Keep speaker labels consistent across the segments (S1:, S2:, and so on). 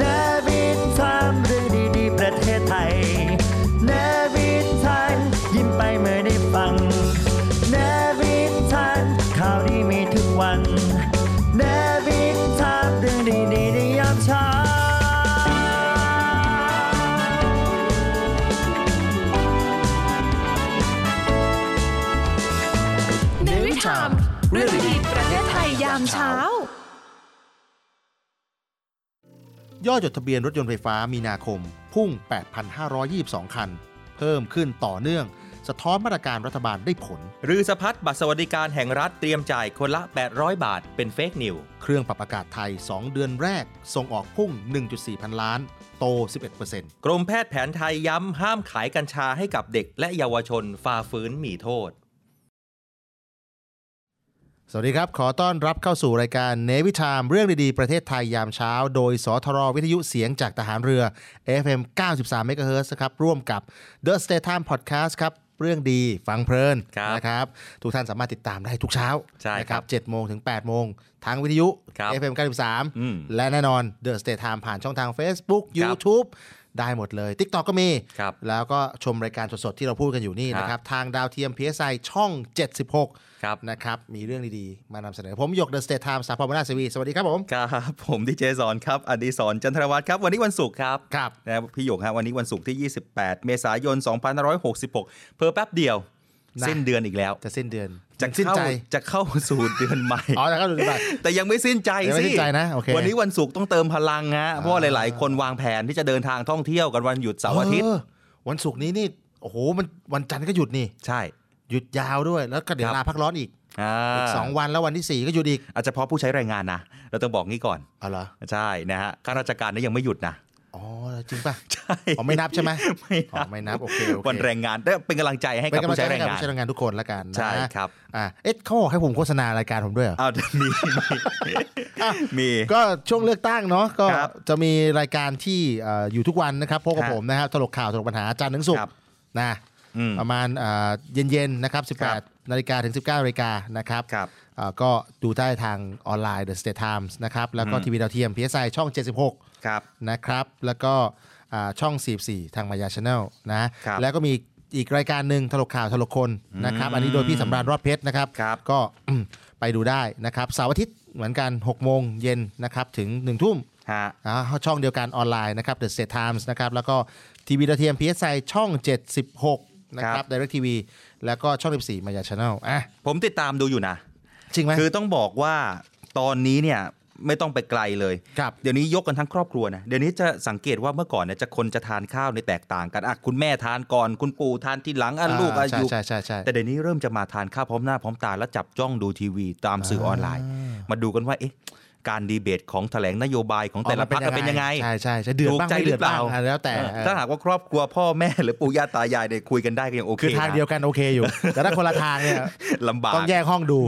S1: นวิดทามเรื่องดีๆ ประเทศไทยนวิดทานยิ้มไปเมื่อได้ฟังนวิดทานข่าวดีมีทุกวันนวิดทามเรื่องดีๆในยามเช้า
S2: เนวิทามเรื่องดีๆประเทศไทยยามเช้า
S3: ยอดจดทะเบียนรถยนต์ไฟฟ้ามีนาคม พุ่ง 8,522 คัน เพิ่มขึ้นต่อเนื่อง สะท้อนมาตรการรัฐบาลได้ผล
S4: รือสะพัดบัตรสวัสดิการแห่งรัฐเตรียมจ่ายคนละ 800 บาทเป็นเฟกนิว
S3: เครื่องปรับอากาศไทย 2 เดือนแรก ส่งออกพุ่ง 1.4 พันล้าน โต 11%
S4: กรมแพทย์แผนไทยย้ำห้ามขายกัญชาให้กับเด็กและเยาวชนฝ่าฝืนมีโทษ
S3: สวัสดีครับ ขอต้อนรับเข้าสู่รายการเนวิชามเรื่องดีๆ ประเทศไทยยามเช้า โดยสทรวิทยุเสียงจากทหารเรือ FM 93 MHz นะครับ ร่วมกับ The State Time Podcast ครับ เรื่องดีฟังเพลิน
S4: ครับ
S3: นะครับ ทุกท่านสามารถติดตามได้ทุกเช้า
S4: ใช่ครับ
S3: นะ7โมงถึง 8 โมง ทางวิทยุ
S4: ครับ
S3: FM
S4: อืม
S3: 93 และแน่นอน The State Time ผ่านช่องทาง Facebook
S4: ครับ
S3: YouTube ได้หมดเลย TikTok ก็มี
S4: ครับ
S3: แล้วก็ชมรายการสดๆที่เราพูดกันอยู่นี่
S4: ครับ
S3: นะครับทางดาวเทียม PSI ช่อง 76
S4: ครับ
S3: นะครับ มีเรื่องดีๆ มานำเสนอ ผมหยกเดอะสเตทไทม์สาพรมนาสวี สวัสดีครับผม
S4: ครับ ผมดีเจสอนครับ อดีสรจันทรวัฒน์ครับ วันนี้วันศุกร์ครับ
S3: ครับ
S4: นะครับพี่หยกฮะวันนี้วันศุกร์ที่ 28 เมษายน 2566 เพอแป๊บเดียว
S3: นะ
S4: สิ้นเดือนอีกแล้ว
S3: จะสิ้นเดือน
S4: จะ
S3: สิ้น
S4: เข้า
S3: ใจ
S4: จะเข้าสู่เดือนใหม่
S3: อ๋อจะเข้าเดือนใหม่
S4: แต่ยังไม่สิ้นใจ
S3: ยังไม่
S4: สิ
S3: สิ้นใจนะโอเค
S4: วันนี้วันศุกร์ต้องเติมพลังฮะเพราะว่า
S3: อ่า
S4: หลาย ๆ คนวางแผนที่จะเดินทางท่องเที่ยวกันวันหยุดเสาร์อาทิตย์
S3: เวันศุกร์นี้นี่ โอ้โห มันวันจันทร์ก็หยุดนี่
S4: ใช่
S3: หยุดยาวด้วย แล้วก็เดี๋ยว
S4: ครับ
S3: ลาพักร้อนอีก
S4: อ่า
S3: อีกสองวันแล้ววันที่สี่ก็หยุดอีก
S4: อาจจะเพราะผู้ใช้แรงงานนะ เราต้องบอกงี้ก่อน
S3: เอาเหรอ
S4: ใช่นะฮะข้าราชการนี่ยังไม่หยุดนะ
S3: อ๋อ จริงป่ะ
S4: ใช่
S3: อ๋อไม่นับใช่ไหม
S4: ไม่
S3: อ๋อไม่นับโอเคโอเค
S4: วันแรงงานแต่เป็นกำลังใจให้
S3: เป็
S4: กับ
S3: นกำลัง
S4: ผู้
S3: ใจ
S4: ใช้
S3: ให้
S4: แรง
S3: กับ
S4: งาน
S3: ผู้ใช้แรงงานทุกคนละกันนะ
S4: ใช่ครับ
S3: อ่ะเอ๊ะเขาบอกให้ผมโฆษณารายการผมด้วยเหรอ
S4: อ้าว มี
S3: อ่ะ
S4: มี
S3: ก็ช่วงเลือกตั้งเนาะก็
S4: ครับ
S3: จะมีรายการที่เอ่ออยู่ทุกวันนะครับพบกับ
S4: ฮะ
S3: ผมนะครับตลกข่าวตลกปัญหาจันทร์ถึงศุก
S4: ครั
S3: ร์
S4: บ
S3: นะ
S4: อืม
S3: ประมาณเอ่อเย็นๆนะครับ
S4: ครับ
S3: 18 นาฬิกาถึง 19นาฬิกานะครับ
S4: ครับ
S3: เอ่อก็ดูได้ทางออนไลน์ The State Times นะครับแล้วก็
S4: อืม
S3: ทีวีดาวเทียม PSI ช่อง 76
S4: ครับ
S3: นะครับ แล้วก็อ่าช่อง 44 ทางมายาชแนลนะครับ แล้วก็มีอีกรายการหนึ่งตลกข่าวตลกคนนะครับ อันนี้โดยพี่สำราญรอดเพชรนะครับ
S4: ครับ
S3: ก็ ไปดูได้นะครับเสาร์อาทิตย์เหมือนกัน 6 โมงเย็นนะครับถึง 1 ทุ่ม
S4: ฮะ
S3: อ่าช่องเดียวกันออนไลน์นะครับ The State Times นะครับ แล้วก็ทีวีดาวเทียม PSI ช่อง 76 นะค
S4: ครั
S3: รับ
S4: บ
S3: Direct TV แล้วก็ช่อง 14 มายาชแนลอ่ะ
S4: ผมติดตามดูอยู่นะ
S3: จริงไหม
S4: คือต้องบอกว่าตอนนี้เนี่ยไม่ต้องไปไกลเลย
S3: ครับ
S4: เดี๋ยวนี้ยกกันทั้งครอบครัวนะ เดี๋ยวนี้จะสังเกตว่าเมื่อก่อนเนี่ยจะคนจะทานข้าวในยแตกต่างกันอ่ะคุณแม่ทานก่อน คุณปู่ทานทีหลังอ่ะ
S3: อ่า
S4: ลูกอา
S3: ใช่
S4: ยุ
S3: ใช่ใช่ใช่
S4: แต่เดี๋ยวนี้เริ่มจะมาทานข้าวพร้อมหน้าพร้อมตาแล้วจับจ้องดูทีวีตามสื่อออนไลน์ มาดูกันว่าเอ๊ะการดีเบตของแถลงนโยบายของแต่ละพรรคจะเป็นยังไง
S3: ใช่ใช่ใช่เดือด
S4: ถูก
S3: บ้าง
S4: ใจ
S3: ไม่
S4: หรื
S3: เดือ
S4: อ
S3: ด
S4: เปล่า
S3: บ้างอ่ะแล้วแต่
S4: เออ
S3: เออ
S4: ถ้าหากว่าครอบครัวพ่อแม่หรือปู่ย่าตายายเนี่ยคุยกันได้ก็ยังโอเค
S3: คือทางเดียวกันโอเคอยู่ แต่ถ้าคนละทางเนี่ย
S4: ลำบาก
S3: ต้องแยกห้องดู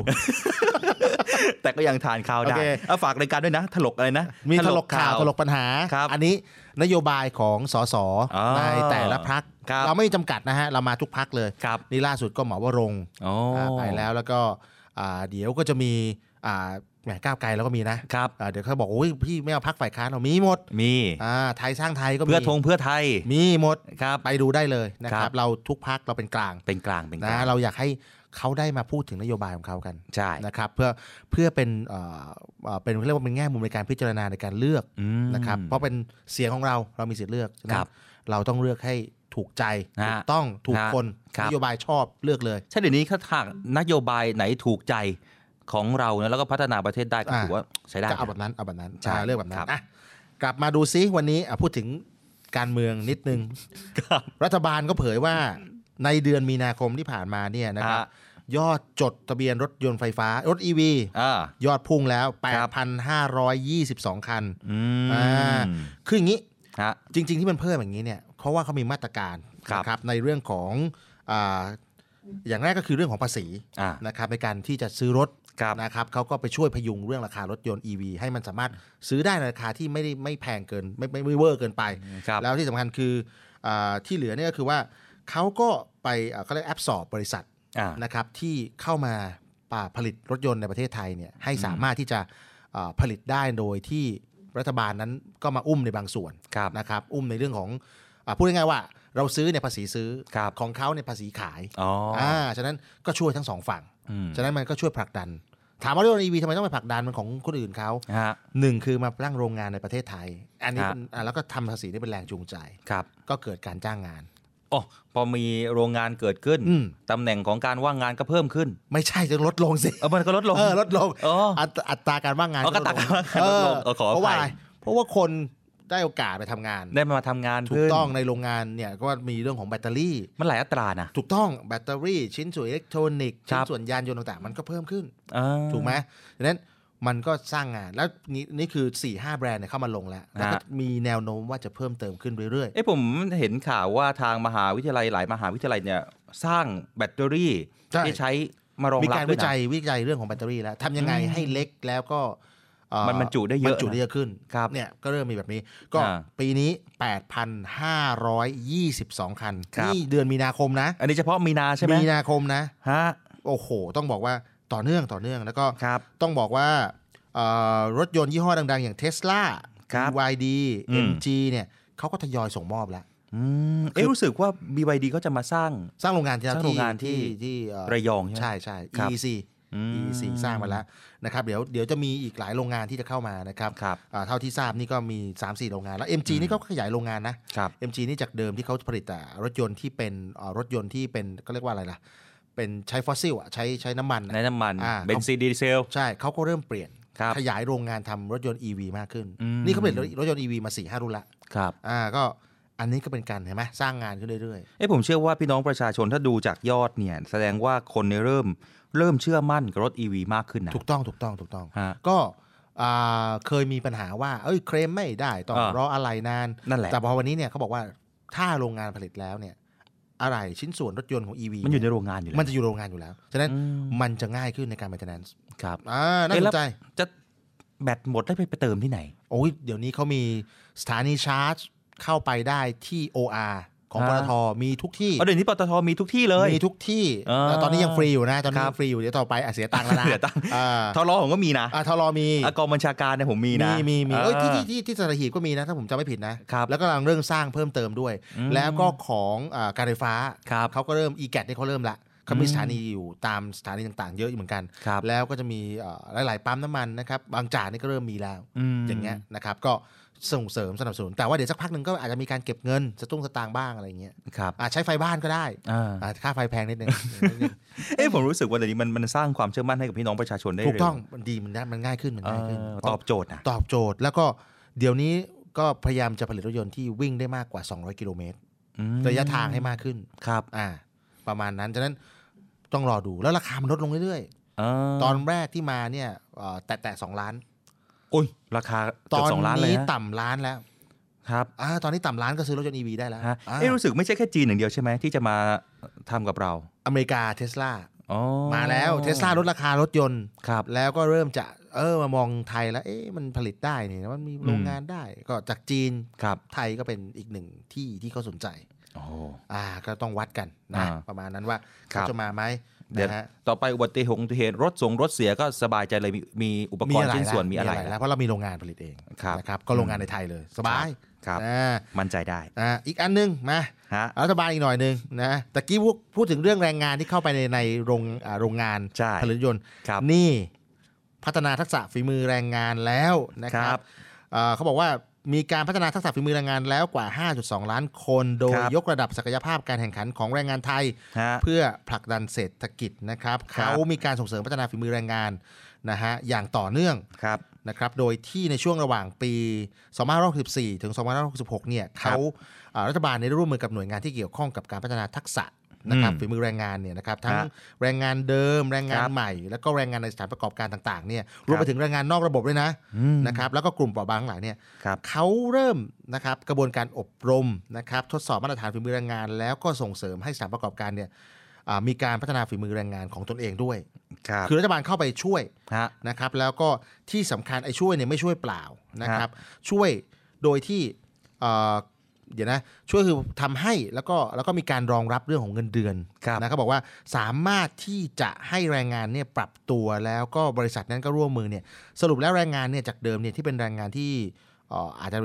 S4: แต่ก็ยังทานข้าวได้
S3: โอเค
S4: เอาฝากรายการด้วยนะ ถลกอะไรนะ
S3: มีตลกข่าวตลกปัญหา
S4: ครับ
S3: อันนี้นโยบายของสส
S4: อ๋อ
S3: ในแต่ละพัก
S4: ครับ
S3: เราไม่จำกัดนะฮะ เรามาทุกพักเลย
S4: ครับ
S3: นี่ล่าสุดก็หมอวรงค์
S4: อ๋อ
S3: อ่าไปแล้วแล้วก็อ่าเดี๋ยวก็จะมีอ่าแหมก้าวไกลแล้วก็มีนะครับ อ่าเดี๋ยวเขาบอกโอ้ยพี่ไม่เอาพักฝ่ายค้านเอามีหมด
S4: มี
S3: อ่าไทยสร้างไทยก็มี
S4: เพื่อทงเพื่อไทย
S3: มีหมด
S4: ครับ
S3: ไปดูได้เลยนะค
S4: ครั
S3: รับ
S4: บ
S3: เราทุกพักเราเป็นกลาง
S4: เป็นกลางเป็นกลาง
S3: นะเราอยากให้เขาได้มาพูดถึงนโยบายของเขากัน
S4: ใช่
S3: นะครับเพื่อเพื่อเป็นเอ่อเอ่อเป็นเรียกว่าเป็นแง่มุมในการพิจารณาในการเลือก
S4: อืม
S3: นะครับเพราะเป็นเสียงของเราเรามีสิทธิ์เลือกฉะนั้น
S4: ครับ
S3: เราต้องเลือกให้ถูกใจ
S4: ฮะ
S3: ถูกต้องถูก
S4: ฮะ
S3: คน
S4: ครับ
S3: นโยบายชอบเลือกเลย
S4: ใช่เดี๋ยวนี้ถ้าทางนโยบายไหนถูกใจของเรานะแล้วก็พัฒนาประเทศได้ก็
S3: อ่า
S4: ถือว่าใช้ได้
S3: ก็เอาแบบนั้นเอาแบบนั้น
S4: ใช่
S3: อ่าเลือกแบบนั้
S4: ครั
S3: น
S4: บ
S3: อ่ะกลับมาดูซิวันนี้อ่ะพูดถึงการ เมืองนิดนึง
S4: ครับ
S3: รัฐบาลก็เผยว่าในเดือนมีนาคมที่ผ่านมาเนี่ยนะครับ
S4: ฮะ
S3: ยอดจดทะเบียนรถยนต์ไฟฟ้ารถ EV
S4: อ่า
S3: ยอดพุ่งแล้ว
S4: ครับ
S3: 8,522 คัน
S4: อื
S3: อ่าม คืออย่างนี้
S4: ฮะ
S3: จริงๆที่มันเพิ่มอย่างนี้เนี่ยเพราะว่าเขามีมาตรการ
S4: ครับ
S3: นะครับในเรื่องของอา อย่างแรกก็คือเรื่องของภาษี
S4: อ่า
S3: นะครับในการที่จะซื้อรถ
S4: ครับ
S3: นะครับเขาก็ไปช่วยพยุงเรื่องราคารถยนต์ EV ให้มันสามารถซื้อได้ในราคาที่ไม่ได้ไม่แพงเกินไม่ไม่ไม่เวอร์เกินไป
S4: ครับ
S3: แล้วที่สำคัญคืออาที่เหลือเนี่ยก็คือว่าเขาก็ไปเอ่อเขาเรียกแอบสอบบริษัท
S4: อ่า
S3: นะครับที่เข้ามาป่าผลิตรถยนต์ในประเทศไทยเนี่ยให้สามารถที่จะเอ่อผลิตได้โดยที่รัฐบาลนั้นก็มาอุ้มในบางส่วน
S4: ครับ
S3: นะครับอุ้มในเรื่องของอาพูดง่ายๆว่าเราซื้อเนี่ยภาษีซื้อ
S4: ครับ
S3: ของเขาเนี่ยภาษีขาย
S4: อ๋ออ่
S3: ฉะนั้นก็ช่วยทั้งสองฝั่ง
S4: อืม
S3: ฉะนั้นมันก็ช่วยผลักดัน ถามว่าเรื่อง EV ทำไมต้องไปผลักดันมันของคนอื่นเขา
S4: ฮะ
S3: หนึ่งคือมาตั้งโรงงานในประเทศไทย อันนี้
S4: ฮะ
S3: เป็นอ่าแล้วก็ทำภาษีนี่เป็นแรงจูงใจ
S4: ครับ
S3: ก็เกิดการจ้างงาน
S4: อ๋อพอมีโรงงานเกิดขึ้น
S3: อืม
S4: ตำแหน่งของการว่างงานก็เพิ่มขึ้น
S3: ไม่ใช่จะลดลงสิ
S4: เออมันก็ลดลง
S3: เออลดลง
S4: อ๋ออั
S3: ตอัตราการว่างงาน
S4: อ๋อก็อัตราการว่างงานลดลง
S3: เออ
S4: เออขออ
S3: เพราะว่า
S4: ภัย
S3: อะไรเพราะว่าคนได้โอกาสไปทำงาน
S4: ได้มาทำงาน
S3: ถูก
S4: ขึ้น
S3: ต้องในโรงงานเนี่ยก็มีเรื่องของแบตเตอรี่
S4: มันหลายอัตรานะ
S3: ถูกต้องแบตเตอรี่ชิ้นส่วนอิเล็กทรอนิกส์
S4: ครั
S3: ชิ้น
S4: บ
S3: ส่วนยานยนต์ต่างๆ มันก็เพิ่มขึ้น
S4: อ่า
S3: ถูกไหมดังนั้นมันก็สร้างงานแล้วนี่นี่คือ 4 5 แบรนด์เนี่ยเข้ามาลงแล้ว แล้วก็
S4: ฮะ
S3: มีแนวโน้มว่าจะเพิ่มเติมขึ้นเรื่อย
S4: เอ้ผมเห็นข่าวว่าทางมหาวิทยาลัยหลายมหาวิทยาลัยเนี่ยสร้างแบตเตอรี่
S3: ใช่
S4: ที่ใช้มารอง
S3: ๆ มี
S4: รับ
S3: การ
S4: ด้ว
S3: วิ
S4: ยนะ
S3: จัยวิจัยเรื่องของแบตเตอรี่แล้วทำยังไงให้เล็กแล้วก็เอ่อ
S4: มันบรรจุได้เยอะ
S3: บรรจุได้เยอะขึ้น
S4: ครับ
S3: เนี่ยก็เริ่มมีแบบนี้ ก็
S4: อ่า
S3: ปีนี้ 8,522 คัน
S4: ครับ
S3: นี่เดือนมีนาคมนะ
S4: อันนี้เฉพาะมีนาใช่ไหม
S3: มีนาคมนะ
S4: ฮะ
S3: โอ้โห ต้องบอกว่าต่อเนื่องต่อเนื่องแล้วก็
S4: ครับ
S3: ต้องบอกว่าเอ่อรถยนต์ยี่ห้อดัง ๆ อย่างเทสลา
S4: ครับ
S3: BYD
S4: อืม
S3: MG เนี่ยเขาก็ทยอยส่งมอบแล้ว
S4: อืมเอ้รู้สึกว่า BYD เขาจะมาสร้าง
S3: สร้างโรงงานที่
S4: สร้างโรงงานที่
S3: ที่เอ่อ
S4: ระยองใช่ไหม
S3: ใช่ใช่
S4: ครับ
S3: EEC EEC สร้างมาแล้วนะครับเดี๋ยวเดี๋ยวจะมีอีกหลายโรงงานที่จะเข้ามานะครับ
S4: ครับ
S3: อ่าเท่าที่ทราบนี่ก็มี 3-4 โรงงานแล้ว MG นี่ก็ขยายโรงงานนะ
S4: ครับ
S3: MG นี่จากเดิมที่เขาผลิตแต่รถยนต์ที่เป็นเอ่อรถยนต์ที่เป็นก็เรียกว่าอะไรล่ะเป็นใช้ฟอสซิลอะใช้ใช้น้ำมันอะ
S4: ในน้ำมัน
S3: อ่า
S4: เบนซินดีเซล
S3: ใช่เขาก็เริ่มเปลี่ยน
S4: ครับ
S3: ขยายโรงงานทำรถยนต์ EV มากขึ้น
S4: อืม
S3: นี่เขาผลิตรถรถยนต์ EV มา4ี่ห้ารุ่นละ
S4: ครับ
S3: อ่าก็อันนี้ก็เป็นการเห็นไหมสร้างงานขึ้นเรื่อย
S4: เอ้ผมเชื่อว่าพี่น้องประชาชนถ้าดูจากยอดเนี่ย แสดงว่าคนเนี่ยเริ่มเริ่มเชื่อมั่นกับรถ EV มากขึ้นนะ
S3: ๆ ถูกต้องถูกต้องถูกต้อง
S4: ฮะ
S3: ก็อ่าเคยมีปัญหาว่า เอ้ยเคลมไม่ได้ต้อง
S4: อ่าร
S3: รออะไรนาน
S4: นั่นแหละ
S3: แต่พอวันนี้เนี่ยเขาบอกว่าถ้าโรงงานผลิตแล้วเนี่ยอะไรชิ้นส่วนรถยนต์ของ EV
S4: มันอยู่ในโรงงานอยู่แล้ว
S3: มันจะอยู่โรงงานอยู่แล้ว ฉะนั้นมันจะง่ายขึ้นในการ maintenance
S4: ครับ
S3: อ่าน่า
S4: เอ๊ะ
S3: ส
S4: แล้
S3: น
S4: ว
S3: ใจ
S4: จะแบตหมดได้วไปไปเติมที่ไหน
S3: โอ้ยเดี๋ยวนี้เขามีสถานีชาร์จเข้าไปได้ที่ OR ของป
S4: อ่า
S3: ตทมีทุกที่
S4: เอาเดี๋ยวนี้ปตทมีทุกที่เลย
S3: มีทุกที่
S4: อ่า
S3: แล้วตอนนี้ยังฟรีอยู่นะ ตอนนี้
S4: ครั
S3: ยั
S4: บ
S3: งฟรีอยู่เดี๋ยวต่อไปอาเสียตังค์แล้วนะ
S4: เสียตังค์
S3: อ่า
S4: ทอรอผมก็มีนะ
S3: อ่าทรมี
S4: อากองบัญชาการเนี่ยผมมีนะ
S3: มีมีมีเอ้ยที่
S4: า
S3: ที่ที่ที่สถาหีบก็มีนะ ถ้าผมจำไม่ผิดนะ
S4: ครับ
S3: แล้วก็กำลังเรื่องสร้างเพิ่มเติมด้วย แล้วก็ของอ่าการไฟฟ้า
S4: ครับ
S3: เขาก็เริ่ม e g a t เนี่ยเขาเริ่มละเขามีสถานีอยู่ตามสถานีต่างๆ เยอะอยู่เหมือนกัน
S4: ครับ
S3: แล้วก็จะมีเอ่อหลาย ๆ ปั๊มน้ำมันนะครับบางจากนี่ก็เริ่มมีแล้ว
S4: อืม
S3: อย่างเงี้ยนะครับก็ส่งเสริมสนับสนุนแต่ว่าเดี๋ยวสักพักหนึ่งก็อาจจะมีการเก็บเงินสตุ้งสตางค์บ้างอะไรอย่างเงี้ย
S4: ครับ
S3: อ่ะใช้ไฟบ้านก็ได้
S4: อ่า
S3: อ่ะค่าไฟแพงนิดนึง
S4: เอ้ผมรู้สึกว่าเดี๋ยวนี้มันมันสร้างความเชื่อมั่นให้กับพี่น้องประชาชนได้
S3: ถูก
S4: เร็ว
S3: ต้องมันดีมันได้มันง่ายขึ้นมัน
S4: เอ
S3: ง่ายขึ้น
S4: อตอบโจทย์นะ
S3: ตอบโจทย์แล้วก็เดี๋ยวนี้ก็พยายามจะผลิตรถยนต์ที่วิ่งได้มากกว่า 200 กิโลเมตร
S4: อืม
S3: ระยะทางให้มากขึ้น
S4: ครับ
S3: อ่า ประมาณนั้น ฉะนั้นต้องรอดูแล้วราคามันลดลงเรื่อย
S4: เอ
S3: ๆ ตอนแรกที่มาเนี่ยเอ่อแตะแตะสองล้าน
S4: อุ้ยราคา
S3: ต
S4: เกือ
S3: อบ น
S4: สองล้านเลย
S3: นี้
S4: นะ
S3: ต่ำล้านแล้ว
S4: ครับ
S3: อ่าตอนนี้ต่ำล้านก็ซื้อรถยนต์ EV ได้แล้ว
S4: ฮะ
S3: อ่า
S4: เอ้รู้สึกไม่ใช่แค่จีนอย่างเดียวใช่ไหมที่จะมาทำกับเรา
S3: อเมริกาเทสลา
S4: อ๋อ
S3: มาแล้วเทสลาลดราคารถยนต์
S4: ครับ
S3: แล้วก็เริ่มจะเออมามองไทยแล้ว เอ๊ะมันผลิตได้นี่มันมีโรงงานได้ ก็จากจีน
S4: ครับ
S3: ไทยก็เป็นอีกหนึ่งที่ที่เขาสนใจ
S4: โอ้
S3: อ่าก็ต้องวัดกันนะ
S4: อ่า
S3: ประมาณนั้นว่า
S4: ครั
S3: เขา
S4: บ
S3: จะมาไหม
S4: เดี๋ยว
S3: นะฮะ
S4: ต่อไปอุบัติเหตุอุบัติเหตุรถส่งรถเสียก็สบายใจเลยมีมีอุปกรณ์
S3: ะไ
S4: ชิ้นส่วน
S3: แล้
S4: มีอะไร
S3: แล้
S4: แล้ว ว
S3: เพราะเรามีโรงงานผลิตเอง
S4: ครับ
S3: นะครับก็โรงงานในไทยเลย สบาย
S4: ครับ
S3: อ่า
S4: มั่นใจได้
S3: อ่าอีกอันหนึงมา
S4: ฮะ
S3: รัฐบาลอีกหน่อยหนึงนะตะกี้พูดพูดถึงเรื่องแรงงานที่เข้าไปในในโรงอ่าโรงงาน
S4: ใช่
S3: ผลิตรถยนต์
S4: ครับ
S3: นี่พัฒนาทักษะฝีมือแรงงานแล้วนะค
S4: ค
S3: รั
S4: รั
S3: บบ เอ่อเขาบอกว่ามีการพัฒนาทักษะฝีมือแรงงานแล้วกว่า 5.2 ล้านคนโดย
S4: ครับ
S3: ยกระดับศักยภาพการแข่งขันของแรงงานไทย
S4: ฮะ
S3: เพื่อผลักดันเศรษฐกิจนะครับ
S4: ครับ
S3: เขามีการส่งเสริมพัฒนาฝีมือแรงงานนะฮะอย่างต่อเนื่อง
S4: ครับ
S3: นะครับโดยที่ในช่วงระหว่างปี2564 ถึง 2566 เนี่ยเขาอ่ารัฐบาลเนี่ยได้ร่วมมือกับหน่วยงานที่เกี่ยวข้องกับการพัฒนาทักษะนะครับ
S4: อืม
S3: ฝีมือแรงงานเนี่ยนะครับทั้ง
S4: ฮะ
S3: แรงงานเดิมแรงงา
S4: คน รับ
S3: ใหม่ แล้วก็แรงงานในสถานประกอบการต่างๆเนี่ยรวมไปถึงแรงงานนอกระบบด้วยนะ
S4: อืม
S3: นะครับแล้วก็กลุ่มเปราะบางทั้งหลายเนี่ย
S4: ครับ
S3: เขาเริ่มนะครับกระบวนการอบรมนะครับทดสอบมาตรฐานฝีมือแรงงาน แล้วก็ส่งเสริมให้สถานประกอบการเนี่ย อ่ามีการพัฒนาฝีมือแรงงานของตนเองด้วย
S4: ครับ
S3: คือรัฐบาลเข้าไปช่วย
S4: ฮะ
S3: นะครับ แล้วก็ที่สำคัญไอ้ช่วยเนี่ยไม่ช่วยเปล่านะครับ ช่วยโดยที่เอ่อเดี๋ยวนะช่วยคือทำให้แล้วก็แล้วก็มีการรองรับเรื่องของเงินเดือน
S4: ครับ
S3: นะเขาบอกว่าสามารถที่จะให้แรงงานเนี่ยปรับตัวแล้วก็บริษัทนั้นก็ร่วมมือเนี่ยสรุปแล้วแรงงานเนี่ยจากเดิมเนี่ยที่เป็นแรงงานที่เอ่ออาจจะ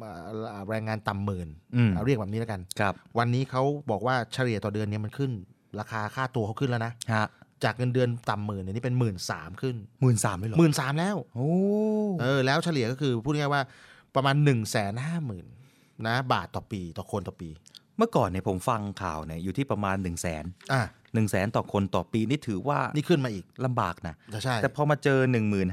S3: เอ่อแรงงานต่ำหมื่น
S4: อืม
S3: เอาเรียกแบบนี้แล้วกัน
S4: ครับ
S3: วันนี้เขาบอกว่าเฉลี่ยต่อเดือนเนี่ยมันขึ้น ราคาค่าตัวเขาขึ้นแล้วนะ
S4: ฮะ
S3: จากเงินเดือนต่ำหมื่นเนี่ยนี่เป็นหมื่นสามขึ้น
S4: หมื่นสามเลยเหรอ
S3: หมื่นสามแล้ว
S4: โอ้
S3: เออแล้วเฉลี่ยก็คือพูดง่ายๆว่าประมาณ1นึ่งแสนห้าหมื่นนะบาทต่อปีต่อคนต่อปี
S4: เมื่อก่อนเนี่ยผมฟังข่าวเนี่ยอยู่ที่ประมาณ1นึ่งแสน
S3: อ่ะ
S4: หนึ่งแสนต่อคนต่อปีนี่ถือว่า
S3: นี่ขึ้นมาอีก
S4: ลำบากนะ
S3: จะใช่
S4: แต่พอมาเจอ1 0 0 0 0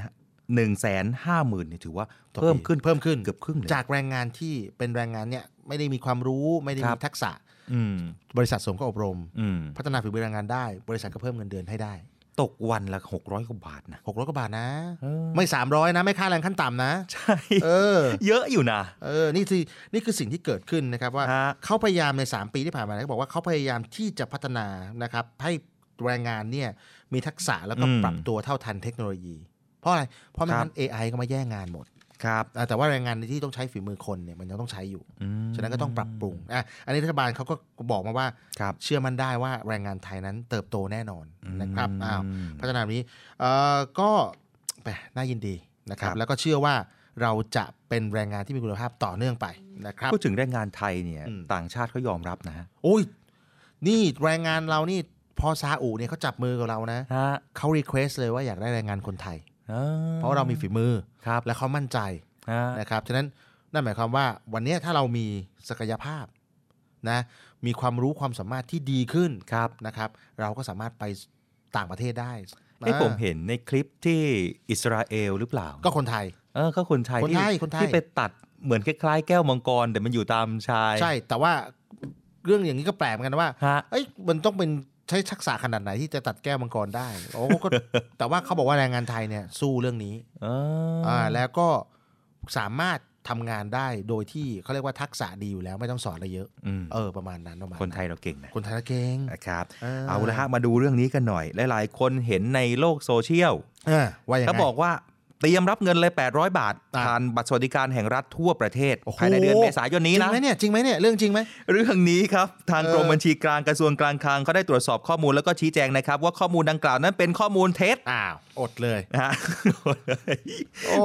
S4: 1 5 0 0 0 0เนี่ยถือว่า
S3: ต่อปี
S4: เพิ่มขึ้น
S3: เพิ่มขึ้น
S4: เกือบครึ่งเลย
S3: จากแรงงานที่เป็นแรงงานเนี่ยไม่ได้มีความรู้ไม่ได้
S4: ครั
S3: มี
S4: บ
S3: ทักษะ
S4: อืม
S3: บริษัทสมก็อบรม
S4: อืม
S3: พัฒนาฝีมือแรงงานได้ บริษัทก็เพิ่มเงินเดือนให้ได้
S4: ตกวันละ 600กว่าบาทนะ
S3: หกร้อยกว่าบาทนะ
S4: เออ
S3: ไม่สามร้อยนะ ไม่ค่าแรงขั้นต่ำนะ
S4: ใช่
S3: เออ
S4: เยอะอยู่นะ
S3: เออ นี่คือนี่คือสิ่งที่เกิดขึ้นนะครับว่า
S4: ฮะ
S3: เขาพยายามใน 3 ปีที่ผ่านมาเขาบอกว่าเขาพยายามที่จะพัฒนานะครับให้แรงงานเนี่ยมีทักษะแล้วก็ปรับตัวเท่าทันเทคโนโลยี เพราะอะไร เพราะไม่งั้น AI ก็มาแย่งงานหมด
S4: ครับ
S3: อ่ะแต่ว่าแรงงานที่ต้องใช้ฝีมือคนเนี่ยมันยังต้องใช้อยู่ ฉะนั้นก็ต้องปรับปรุงอ่ะอันนี้รัฐบาลเขาก็บอกมาว่า
S4: ครับ
S3: เชื่อมั่นได้ว่าแรงงานไทยนั้นเติบโตแน่นอนนะครับ
S4: อืม
S3: อ้าวพัฒนาแบบนี้เอ่อก็แหมน่ายินดีนะครับ
S4: ครับ
S3: แล้วก็เชื่อว่าเราจะเป็นแรงงานที่มีคุณภาพต่อเนื่องไปนะครับ
S4: พูดถึงแรงงานไทยเนี่ย
S3: อืม
S4: ต่างชาติเขายอมรับนะฮะ
S3: โอ้ย นี่แรงงานเรานี่พอซาอุเนี่ยเขาจับมือกับเรานะ
S4: ฮะ
S3: เขารีเควสเลยว่าอยากได้แรงงานคนไทย เพราะเรามีฝีมือ
S4: ครับ
S3: และเขามั่นใจ
S4: ฮะ
S3: นะครับฉะนั้นนั่นหมายความว่าวันเนี้ยถ้าเรามีศักยภาพนะมีความรู้ความสามารถที่ดีขึ้น
S4: ครับ
S3: นะครับเราก็สามารถไปต่างประเทศได้
S4: ไอ้ย
S3: อ่า
S4: ผมเห็นในคลิปที่อิสราเอลหรือเปล่า
S3: ก็คนไทย
S4: เออก็คนไทย
S3: คนไทยคนไทย
S4: ที่ไปตัดเหมือนคล้าย ๆ แก้วมังกรแต่มันอยู่ตามชาย
S3: ใช่แต่ว่าเรื่องอย่างนี้ก็แปลกเหมือนกันว่า
S4: ฮะ
S3: เอ้ยมันต้องเป็นใช้ทักษะขนาดไหนที่จะตัดแก้วมังกรได้โอ้ก็ แต่ว่าเขาบอกว่าแรงงานไทยเนี่ยสู้เรื่องนี้
S4: เอออ
S3: อ่าแล้วก็สามารถทำงานได้โดยที่เขาเรียกว่าทักษะดีอยู่แล้วไม่ต้องสอนอะไรเยอะ
S4: อืม
S3: เออประมาณนั้นประมาณ
S4: คนไทยเราเก่งนะ
S3: คนไทยละเก่ง
S4: นะครับ
S3: เออ
S4: เอาละฮะมาดูเรื่องนี้กันหน่อย หลาย ๆ คนเห็นในโลกโซเชียล
S3: อ่าว่าอย่าง
S4: เขา
S3: ไง
S4: บอกว่าเตรียมรับเงินเลย 800 บาท
S3: อ่ะ
S4: ผ่านบัตรสวัสดิการแห่งรัฐทั่วประเทศ
S3: โอ้โห
S4: ภายในเดือนเมษาย
S3: จ
S4: น
S3: ริ
S4: นี้
S3: ง
S4: นะ
S3: ไหมเนี่ยจริงไหมเนี่ยเรื่องจริงไหม
S4: เรื่องนี้ครับ ทาง
S3: เออ
S4: กรมบัญชีกลางกระทรวงกลางคลังเขาได้ตรวจสอบข้อมูลแล้วก็ชี้แจงนะครับ ว่าข้อมูลดังกล่าวนั้นเป็นข้อมูลเท็จ
S3: อ้าวอดเลย
S4: นะฮะ
S3: โอ้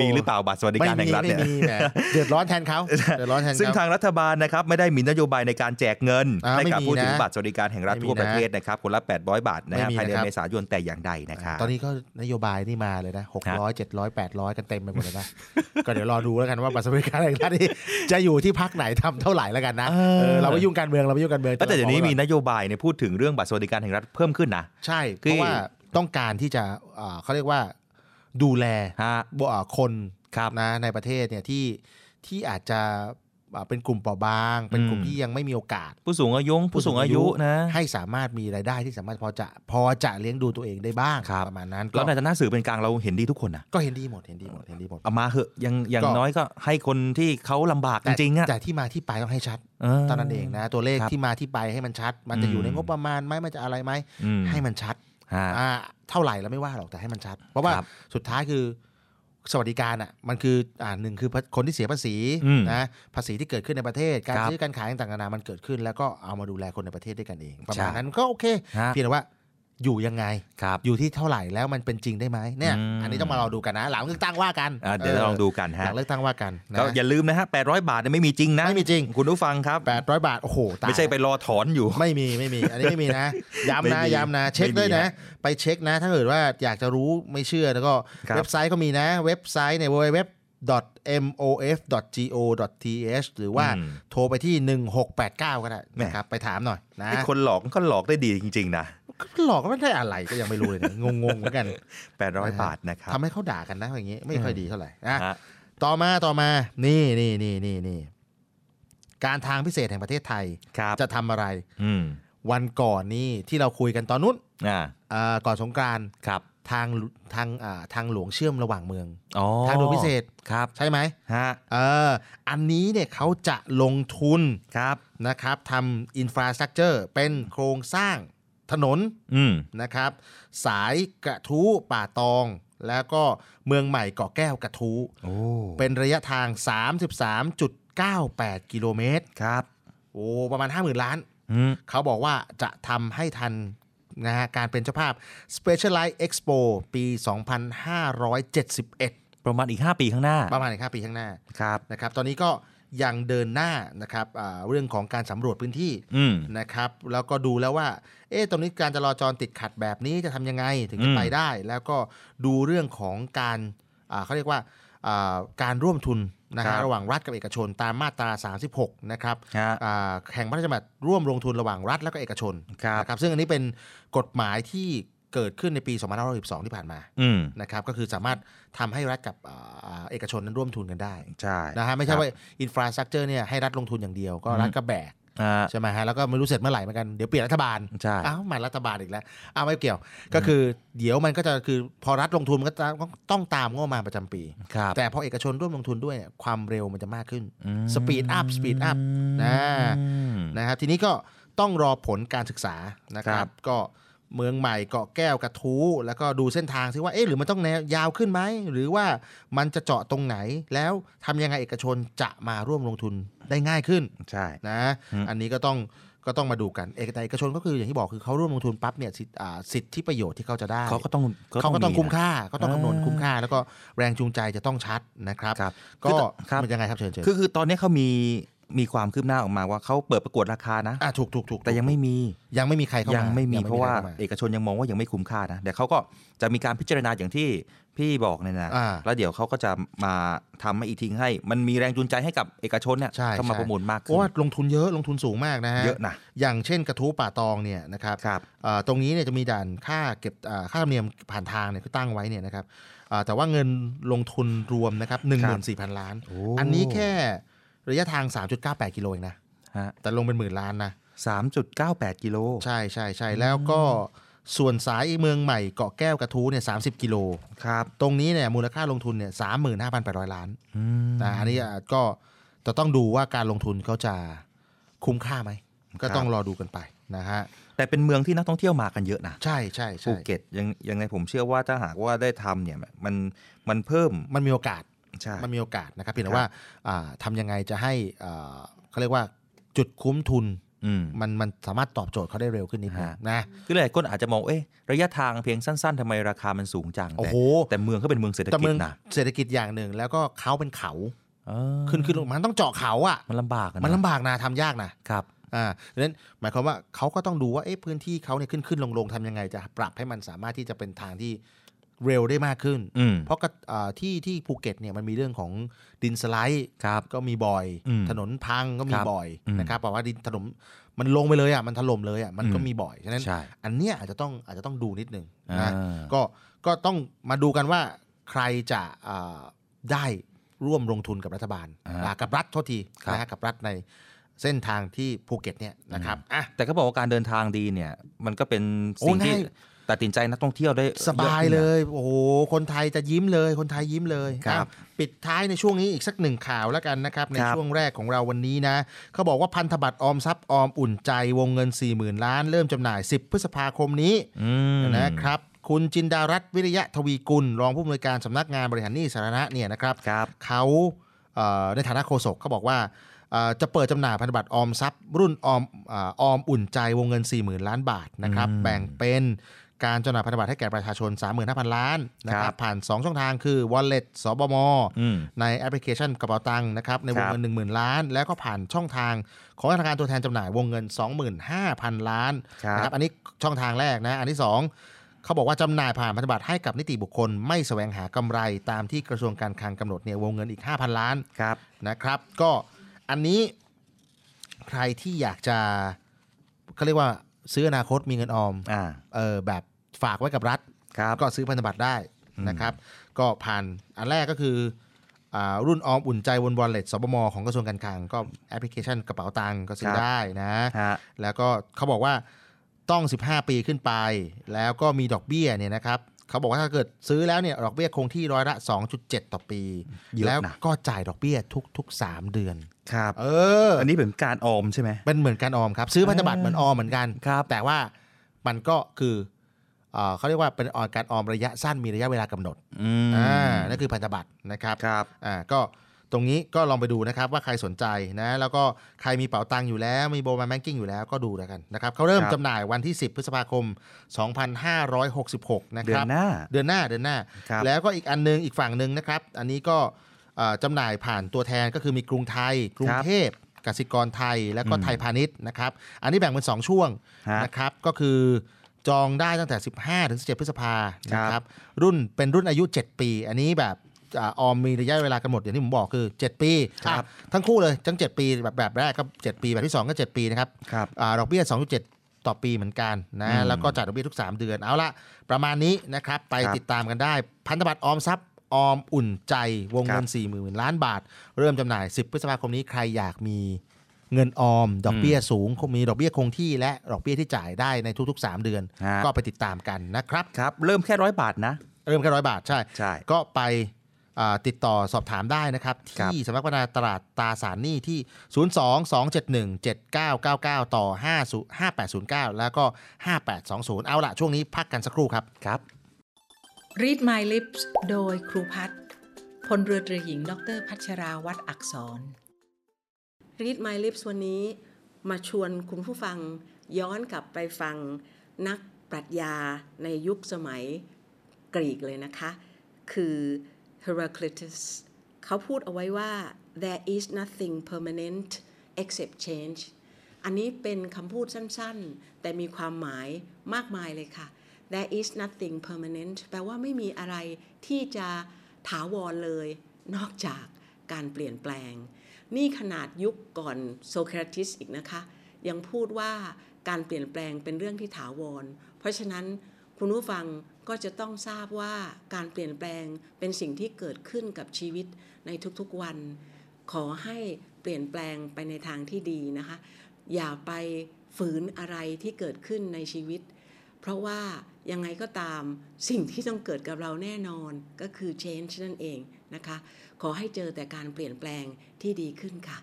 S4: มีหรือเปล่าบัตรสวัสดิ
S3: ไม่
S4: การ
S3: มี
S4: แห่งรัฐ
S3: ไม่
S4: เนี่ย
S3: มีแหมเดือดร้อนแทนเขาเดือดร้อนแทนเขา
S4: ซึ่งทางรัฐบาลนะครับไม่ได้มีนโยบายในการแจกเงิน
S3: อ่า
S4: ให้กั
S3: ไม่
S4: บ
S3: มี
S4: ผู้ถือ
S3: นะ
S4: บัตรสวัสดิการแห่งรัฐ
S3: ไม่มี
S4: ทั่วประเทศ
S3: นะ
S4: นะครับคนละ 800 บาทนะฮะ
S3: ไม่มี
S4: ภายใน
S3: นะครับ
S4: เมษายนแต่อย่างใดนะครับ
S3: ตอนนี้ก็นโยบายนี่มาเลยนะหกร้อยเจ็ดร้อยแปดร้อยกันเต็มไปหมดเลยนะ ก็เดี๋ยวรอดูแล้วกันว่าบัตรสวัสดิการแห่งรัฐนี่จะอยู่ที่พักไหนทำเท่าไหร่แล้วกันนะ
S4: เออ
S3: เออเราไม่ยุ่งการเมืองเราไม่ยุ่งการเมือง
S4: แต่เดี๋ยวนี้มี
S3: ราขอไว้ก่อน
S4: โยบายเนี่ยพูดถึงเรื่องบัตรสวัสดิการแห่งรัฐเพิ่มขึ้นนะ
S3: ใช่เพ
S4: คือ
S3: ราะว่าต้องการที่จะเอ่อเขาเรียกว่าดูแล
S4: ฮะ
S3: บ่เอ่อคน
S4: ครับ
S3: นะในประเทศเนี่ยที่ที่อาจจะเอ่อเป็นกลุ่มเปราะบาง เป็นกลุ่ม
S4: อืม
S3: ที่ยังไม่มีโอกาส
S4: ผู้สูงอายุผู้สูงอายุนะ
S3: ให้สามารถมีรายได้ที่สามารถพอจะพอจะเลี้ยงดูตัวเองได้บ้าง
S4: ครับ
S3: ประมาณนั้นก็
S4: แล้วในฐานะสื่อเป็นกลางเราเห็นดีทุกคนนะ
S3: ก็เห็นดีหมดเห็นดีหมดเห็นดีหมด
S4: เอามาเหอะอย่างอย่าง
S3: ก็
S4: น้อยก็ให้คนที่เขาลำบากจ
S3: แต่
S4: ริงๆอ่ะ
S3: แต่ที่มาที่ไปต้องให้ชัด
S4: เออ
S3: ตอนนั้นเองนะ ตัวเลข
S4: ครับ
S3: ที่มาที่ไปให้มันชัด มันจะ
S4: อืม
S3: อยู่ในงบประมาณไหมมันจะอะไรไหม
S4: อืม
S3: ให้มันชัด
S4: ฮะ
S3: อ่าเท่าไหร่แล้วไม่ว่าหรอกแต่ให้มันชัด เพราะว่า
S4: ครับ
S3: สุดท้ายคือสวัสดิการอ่ะมันคืออ่าหนึ่งคือคนที่เสียภาษี
S4: อืม
S3: นะภาษีที่เกิดขึ้นในประเทศ การ
S4: ครับ
S3: ซื้อการขายต่างๆนานามันเกิดขึ้น แล้วก็เอามาดูแลคนในประเทศด้วยกันเองประมาณนั้นก็โอเค
S4: ฮะ
S3: เพียงแต่ว่าอยู่ยังไง
S4: ครับ
S3: อยู่ที่เท่าไหร่แล้วมันเป็นจริงได้ไหมเนี่ย
S4: อืม
S3: อันนี้ต้องมารอดูกันนะ หลังเลือกตั้งว่ากัน
S4: อ่ะเดี๋ยวลองดูกัน
S3: ห
S4: ฮะ
S3: ลังเลือกตั้งว่ากันนะ
S4: ก็อย่าลืมนะฮะ800 บาทเนี่ยไม่มีจริงนะ
S3: ไม่มีจริง
S4: คุณผู้ฟังครับ
S3: 800 บาท โอ้โหตาย
S4: ไม่ใช่ไปรอถอนอยู่
S3: ไม่มีไม่มี อันนี้ไม่มีนะ
S4: ไม่
S3: ย้ำนะ
S4: มี
S3: ย้ำนะ เช็คด้วยนะ ไปเช็คนะ ถ้าเกิดว่าอยากจะรู้ไม่เชื่อแล้วก็
S4: ครับ
S3: เว็บไซต์ก็มีนะ เว็บไซต์ใน www mof.go.th หรือว่า
S4: อืม
S3: โทรไปที่ 1689 ก็ได้นะครับ ไปถามหน่อยนะ
S4: ไอ้คนหลอกก็หลอกได้ดีจริงๆนะ
S3: ก็หลอกก็ไม่ได้อะไร ก็ยังไม่รู้เลยเนี่ยงงๆเหมือนกัน
S4: 800 บาทนะครับ
S3: ทำให้เขาด่ากันนะอย่างงี้ ไม่ค่อยดีเท่าไหร่นะ
S4: ฮะ
S3: ต่อมาต่อมา นี่นี่นี่นี่นี่การทางพิเศษแห่งประเทศไทย
S4: ครับ
S3: จะทำอะไร
S4: อืม
S3: วันก่อนนี่ที่เราคุยกันตอนนู้น
S4: อ่า
S3: เอ่อก่อนสงกรานต์
S4: ครับ
S3: ทางทางอ่าทางหลวงเชื่อมระหว่างเมือง
S4: อ๋อ
S3: ทางด่วนพิเศษ
S4: ครับ
S3: ใช่ไหม
S4: ฮะ
S3: เอออันนี้เนี่ยเขาจะลงทุน
S4: ครับ
S3: นะครับทำอินฟราสตรักเจอร์เป็นโครงสร้างถนน
S4: อืม
S3: นะครับ สายกระทู้ป่าตอง แล้วก็เมืองใหม่เกาะแก้วกระทู้
S4: โอ้
S3: เป็นระยะทาง 33.98 กิโลเมตร
S4: ครับ
S3: โอ้ประมาณ 50,000 ล้าน
S4: อืม
S3: เขาบอกว่าจะทำให้ทันนะฮะการเป็นเจ้าภาพ Specialized Expo ปี 2571
S4: ประมาณอีก 5 ปีข้างหน้า
S3: ประมาณอีก5ปีข้างหน้า
S4: ครับ
S3: นะครับตอนนี้ก็ยังเดินหน้านะครับอ่าเรื่องของการสำรวจพื้นที่
S4: อืม
S3: นะครับ แล้วก็ดูแล้วว่า เอ๊ะตรงนี้การจราจรติดขัดแบบนี้จะทำยังไงถึงจะ
S4: อืม
S3: ไปได้ แล้วก็ดูเรื่องของการอ่าเขาเรียกว่าอ่าการร่วมทุนนะฮะระหว่างรัฐกับเอกชนตามมาตรา 36 นะครับ
S4: ฮะ
S3: อ่าแห่งพระราชบัญญัติร่วมลงทุนระหว่างรัฐและก็เอกชน
S4: ครับ
S3: นะครับซึ่งอันนี้เป็นกฎหมายที่เกิดขึ้นในปี2512ที่ผ่านมา
S4: อืม
S3: นะครับก็คือสามารถทำให้รัฐกับอ่าเอกชนนั้นร่วมทุนกันได้
S4: ใช่
S3: นะฮะไม่ใช่ว่า
S4: ครับ
S3: อินฟราสตรักเจอร์เนี่ยให้รัฐลงทุนอย่างเดียวก็
S4: อืม
S3: รัฐก็แบก
S4: อ่า
S3: ใช่ไหมฮะแล้วก็ไม่รู้เสร็จเมื่อไหร่เหมือนกันเดี๋ยวเปลี่ยนรัฐบาล
S4: ใช่
S3: อ้าวมารัฐบาลอีกแล้วอ้าวไม่เกี่ยว ก็คือเดี๋ยวมันก็จะคือพอรัฐลงทุนมันก็จะต้องตามงบประมาณประจำปี
S4: ครับ
S3: แต่พอเอกชนร่วมลงทุนด้วยเนี่ยความเร็วมันจะมากขึ้น
S4: อืม
S3: สปีดอัพสปีดอัพนะ
S4: อืม
S3: นะครับทีนี้ก็ต้องรอผลการศึกษานะค
S4: ค
S3: รั
S4: รับ บ
S3: ก็เมืองใหม่เกาะแก้วกระทู้แล้วก็ดูเส้นทางซิว่าเอ๊ะหรือมันต้องแนวยาวขึ้นไหมหรือว่ามันจะเจาะตรงไหนแล้วทำยังไงเอกชนจะมาร่วมลงทุนได้ง่ายขึ้น
S4: ใช่
S3: นะ
S4: อืม
S3: อันนี้ก็ต้องก็ต้องมาดูกันเอกแต่เอกชนก็คืออย่างที่บอกคือเขาร่วมลงทุนปั๊บเนี่ยสิทธิอ่าสิทธิประโยชน์ที่เขาจะได้
S4: เขาก็ต้อง
S3: เขาก็ต้อง
S4: มี
S3: คุ้ม
S4: นะ
S3: ค่าก็ต้องคำนวณ
S4: อ่า
S3: คุ้มค่า แล้วก็แรงจูงใจจะต้องชัดนะครับ
S4: ครับ
S3: ก็
S4: คือครับ
S3: มันยังไงครับเชิญเชิญ
S4: คือคือตอนนี้เขามีมีความคืบหน้าออกมาว่าเขาเปิดประกวดราคานะ
S3: อ่ะถูกถูกถูก
S4: แต่ยังไม่มี
S3: ยังไม่มีใครเข้ามา
S4: ยั
S3: ยัง
S4: ไม่มีเพราะว่า
S3: ใคข้ม
S4: เอกชนยังมองว่ายังไม่คุ้มค่านะเดี๋ยวเขาก็จะมีการพิจารณาอย่างที่พี่บอกเนี่ยนะ
S3: อ่า
S4: แล้วเดี๋ยวเขาก็จะมาทำให้อีกทิ้งให้ มันมีแรงจูงใจให้กับเอกชนเนี่ย
S3: ใช่
S4: เข้ามา
S3: ใช่
S4: ประมูลมาก
S3: เพ
S4: ขึ้
S3: ราะว่าน ลงทุนเยอะลงทุนสูงมากนะฮะ
S4: เยอะนะ
S3: อย่างเช่นกระทู้ป่าตองเนี่ยนะครับ
S4: ครับ
S3: เอ่อตรงนี้เนี่ยจะมีด่านค่าเก็บอ่าค่าธรรมเนียมผ่านทางเนี่ยคือตั้งไว้เนี่ยนะครับอ่าแต่ว่าเงินลงทุนรวมนะครับ1 4 0 0 0 ล้าน
S4: โอ้
S3: อันนี้แค่ระยะทาง 3.98 กิโลเองนะ
S4: ฮะ
S3: แต่ลงเป็นหมื่นล้านนะ
S4: สามจุดเก้าแปดกิโล
S3: ใช่ใช่ใช่แล้วก็ส่วนสายเมืองใหม่เกาะแก้วกระทู้เนี่ยสากิโล
S4: ครับ
S3: ตรงนี้เนี่ยมูลค่าลงทุนเนี่ยสามหมื่นห้าพันแปดร้อยล้าน
S4: อืม
S3: นะอันนี้อ่ะก็จะต้องดูว่าการลงทุนเขาจะคุ้มค่าไหม ก็
S4: ครับ
S3: ต้องรอดูกันไปนะฮะ
S4: แต่เป็นเมืองที่นักท่องเที่ยวมากันเยอะนะ
S3: ใช่ใช่
S4: ภู
S3: ใช่
S4: เก็ตยังยังไงผมเชื่อว่าถ้าหากว่าได้ทำเนี่ยมันมันเพิ่ม
S3: มันมีโอกาส
S4: ใช่
S3: มันมีโอกาสนะครับเพียง
S4: ครั
S3: แต่
S4: บ
S3: ว่าอ่าทำายังไงจะให้อ่าเขาเรียกว่าจุดคุ้มทุน
S4: อืม
S3: มันมันสามารถตอบโจทย์เขาได้เร็วขึ้นนิดนึง
S4: ฮะ
S3: นะ
S4: คือหลายคนอาจจะมองเอ๊ะระยะทางเพียงสั้นๆทำไมราคามันสูงจัง
S3: โอ้
S4: แต่
S3: โห
S4: แต่เมืองก็เป็นเมืองเศรษฐ
S3: แต่
S4: กิ
S3: เมื
S4: จ
S3: อง
S4: นะ
S3: เศรษฐกิจอย่างหนึ่ง แล้วก็เขาเป็นเขา
S4: เออ
S3: ขึ้นขึ้นลงมันต้องเจาะเขาอ่ะ
S4: มันลำบากอะะ
S3: มันลำบากนะทำยากนะครับ อ่าดังนั้นหมายความว่าเขาก็ต้องดูว่าเอ๊ะพื้นที่เขาเนี่ยขึ้นขึ้นลงลงทำยังไงจะปรับให้มันสามารถที่จะเป็นทางที่เร็วได้มากขึ้น
S4: อืม
S3: เพราะกระอ่าที่ที่ภูเก็ตเนี่ยมันมีเรื่องของดินสไลด์
S4: ครับ
S3: ก็มีบ่อย
S4: อืม
S3: ถนนพังก็มี
S4: ครับ
S3: บ่อย
S4: อืม
S3: นะครับแปลว่าดินถนนมันลงไปเลยอ่ะมันถล่มเลยอ่ะมันก็
S4: อืม
S3: มีบ่อยฉะนั้น
S4: ใช่
S3: อันเนี้ยอาจจะต้องอาจจะต้องดูนิดนึง
S4: อ่า
S3: นะก็ก็ต้องมาดูกันว่าใครจะอ่าได้ร่วมลงทุนกับรัฐบาล
S4: อ่า
S3: อ่ากับรัฐโทษที
S4: ครับ
S3: นะฮะกับรัฐในเส้นทางที่ภูเก็ตเนี่ยนะครับอ่ะ
S4: แต่ก็บอกว่าการเดินทางดีเนี่ย มันก็เป็นสิ่ง
S3: โอ้ง่าย
S4: ที่ตัดสินใจนักท่องเที่ยวได้
S3: สบาย
S4: อะขึ้น
S3: เล
S4: นะ
S3: ย โอ้โห คนไทยจะยิ้มเลย คนไทยยิ้มเลย
S4: ครับ
S3: อ่ะปิดท้ายในช่วงนี้อีกสักหนึ่งข่าวแล้วกันนะครับ ใน
S4: ครับ
S3: ช่วงแรกของเราวันนี้นะ เขาบอกว่าพันธบัตรออมทรัพย์ออมอุ่นใจวงเงิน 40,000 ล้าน เริ่มจำหน่าย 10 พฤษภาคมนี้
S4: อืม
S3: นะครับคุณจินดารัตน์วิริยะทวีกุล รองผู้อำนวยการสำนักงานบริหารหนี้สาธารณะเนี่ยนะครับ
S4: ครับ
S3: เขาเอ่อในฐานะโฆษกเขาบอกว่าเอ่อจะเปิดจำหน่ายพันธบัตรออมทรัพย์ รุ่นออมเอ่อออมอุ่นใจวงเงิน 40,000 ล้านบาทนะครับแบ่งเป็นการจำหน่ายพันธบัตรให้แก่ประชาชน 35,000 ล้านนะครับผ่าน 2 ช่องทางคือ Wallet สบม
S4: อืม
S3: ในแอปพลิเคชันกระเป๋าตังค์นะครับในวง
S4: ครับ
S3: เงิน 10,000 ล้าน แล้วก็ผ่านช่องทางของธนาคารตัวแทนจำหน่ายวงเงิน 25,000 ล้าน
S4: ครับ
S3: นะอันนี้ช่องทางแรกนะอันที่สองเขาบอกว่าจำหน่ายผ่านพันธบัตรให้กับนิติบุคคล ไม่แสวงหากำไรตามที่กระทรวงการคลังกำหนดเนี่ยวงเงินอีก 5,000 ล้าน
S4: ครับ
S3: นะครับก็อันนี้ใครที่อยากจะเขาเรียกว่าซื้ออนาคตมีเงินออม
S4: อ่า
S3: เออแบบฝากไว้กับรัฐ
S4: ครับ
S3: ก็ซื้อพันธบัตรได้นะครับ ก็ผ่านอันแรกก็คืออารุ่นออมอุ่นใจวนวอลเล็ตสบมของกระทรวงการคลังก็แอปพลิเคชันกระเป๋าตังก็ซื้อ
S4: ครับ
S3: ได้นะ
S4: ฮะ
S3: แล้วก็เขาบอกว่าต้อง 15 ปีขึ้นไป แล้วก็มีดอกเบี้ยเนี่ยนะครับ เขาบอกว่าถ้าเกิดซื้อแล้วเนี่ยดอกเบี้ยคงที่ร้อยละ 2.7 ต่อปี
S4: เยอะนะ
S3: แล้วก็จ่ายดอกเบี้ยทุก ๆ 3 เดือน
S4: ครับ
S3: เออ
S4: อันนี้เป็นการออมใช่ไหม
S3: เป็นเหมือนการออมครับ ซื้อพันธบัตรเห
S4: อ่า
S3: มือนออมเหมือนกัน
S4: ครับ
S3: แต่ว่ามันก็คือเอ่อเขาเรียกว่าเป็นการออมระยะสั้นมีระยะเวลากำหนด
S4: อืม
S3: อ่านั่นคือพันธบัตรนะครับ
S4: ครับ
S3: อ่าก็ตรงนี้ก็ลองไปดูนะครับว่าใครสนใจนะแล้วก็ใครมีเป๋าตังค์อยู่แล้ว มีโบมาแบงกิ้งอยู่แล้วก็ดูแล้วกันนะครับเขาเริ่ม
S4: ครับ
S3: จำหน่ายวันที่ 10 พฤษภาคม 2566 นะ
S4: เดื
S3: ค
S4: อน
S3: รับ
S4: หน้า
S3: เดือนหน้าเดือนหน้า
S4: ครับ
S3: แล้วก็อีกอันนึงอีกฝั่งหนึ่งนะครับ อันนี้ก็เอ่อจำหน่ายผ่านตัวแทนก็คือมีกรุงไทย กรุงเทพกสิกรไทย แล้วก็
S4: อืม
S3: ไทยพาณิชย์นะครับ อันนี้แบ่งเป็น 2 ช่วง
S4: ฮะ
S3: นะครับก็คือจองได้ตั้งแต่ 15 ถึง 17 พฤษภานะค
S4: ครั
S3: รับบ รุ่นเป็นรุ่นอายุ 7 ปี อันนี้แบบอ่าออมมีระยะเวลากำหนดอย่างที่ผมบอกคือ 7 ปีอ่ะทั้งคู่เลยทั้ง 7 ปีแบบแบบแรกก็ 7 ปีแบบที่ 2 ก็ 7 ปีนะครับ
S4: ครับ
S3: อ่าดอกเบี้ย 2.7 ต่อปีเหมือนกันนะ
S4: อืม
S3: แล้วก็จ่ายดอกเบี้ยทุก 3 เดือน เอาละประมาณนี้นะครับ ไป
S4: ครับ
S3: ติดตามกันได้ พันธบัตรออมทรัพย์ออมอุ่นใจวง
S4: ครั
S3: เงิ
S4: บ
S3: น 4 0,000 ล้านบาท เริ่มจำหน่าย 10 พฤษภาคมนี้ใครอยากมีเงินออม ดอกเบี้ยสูงคงมีดอกเบี้ยคงที่และดอกเบี้ยที่จ่ายได้ในทุก ๆ 3 เดือน
S4: ฮะ
S3: ก็ไปติดตามกันนะครับ
S4: ครับ เริ่มแค่ร้อยบาทนะ
S3: เริ่มแค่ร้อยบาทใช่
S4: ใช่
S3: ก็ไปอ่าติดต่อสอบถามได้นะครับ
S4: ครับ
S3: ที่สำนักพัฒนาตลาดตราสารหนี้ที่ 022717999 ต่อ50 5809 แล้วก็ 5820 เอาละช่วงนี้พักกันสักครู่ครับ
S4: ครับ
S2: Read My Lips โดยครูพัฒน์พลเรือตรีหญิง ดรพัชราวัตรอักษร
S5: Read My Lips วันนี้มาชวนคุณผู้ฟังย้อนกลับไปฟังนักปรัชญาในยุคสมัยกรีกเลยนะคะ คือ Heraclitus เขาพูดเอาไว้ว่า there is nothing permanent except change อันนี้เป็นคำพูดสั้นๆ แต่มีความหมายมากมายเลยค่ะ there is nothing permanent แปลว่าไม่มีอะไรที่จะถาวรเลย นอกจากการเปลี่ยนแปลง นี่ขนาดยุคก่อนโซเคราติสอีกนะคะ ยังพูดว่าการเปลี่ยนแปลงเป็นเรื่องที่ถาวร เพราะฉะนั้นคุณผู้ฟังก็จะต้องทราบว่าการเปลี่ยนแปลงเป็นสิ่งที่เกิดขึ้นกับชีวิตในทุกๆวัน ขอให้เปลี่ยนแปลงไปในทางที่ดีนะคะ อย่าไปฝืนอะไรที่เกิดขึ้นในชีวิต เพราะว่ายังไงก็ตามสิ่งที่ต้องเกิดกับเราแน่นอนก็คือ change นั่นเองนะคะ ขอให้เจอแต่การเปลี่ยนแปลงที่ดีขึ้นค่ะ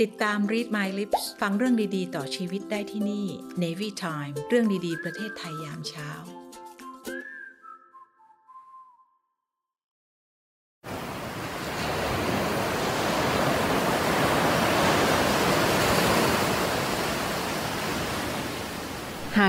S2: ติดตาม Read My Lips ฟังเรื่องดีๆ ต่อชีวิตได้ที่นี่ Navy Time เรื่องดีๆ ประเทศไทยยามเช้า
S6: หา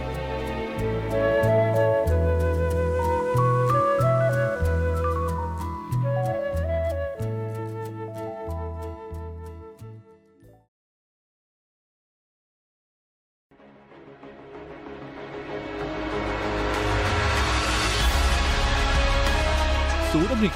S7: ศูนย์อำนวย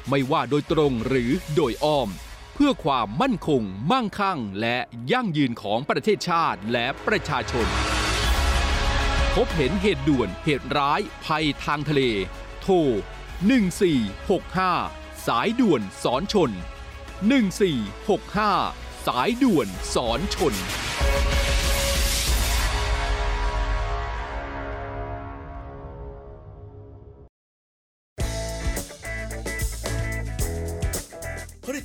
S7: ไม่ว่าโดยตรงหรือโดยอ้อม เพื่อความมั่นคง มั่งคั่ง และยั่งยืนของประเทศชาติและประชาชน พบเห็นเหตุด่วนเหตุร้ายภัยทางทะเล โทร 1465 สายด่วนสอนชน 1465 สายด่วนสอนชน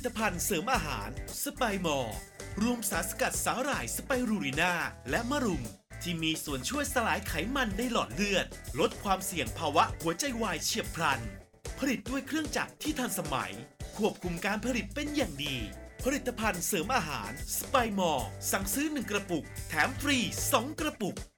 S8: ตภัณฑ์เสริมอาหารสไปมอร์รวมสารสกัดสาหร่ายสไปรูรินาและมะรุม ที่มีส่วนช่วยสลายไขมันในหลอดเลือด ลดความเสี่ยงภาวะหัวใจวายเฉียบพลัน ผลิตด้วยเครื่องจักรที่ทันสมัย ควบคุมการผลิตเป็นอย่างดี ผลิตภัณฑ์เสริมอาหารสไปมอร์สั่งซื้อ 1 กระปุก แถมฟรี 2 กระปุก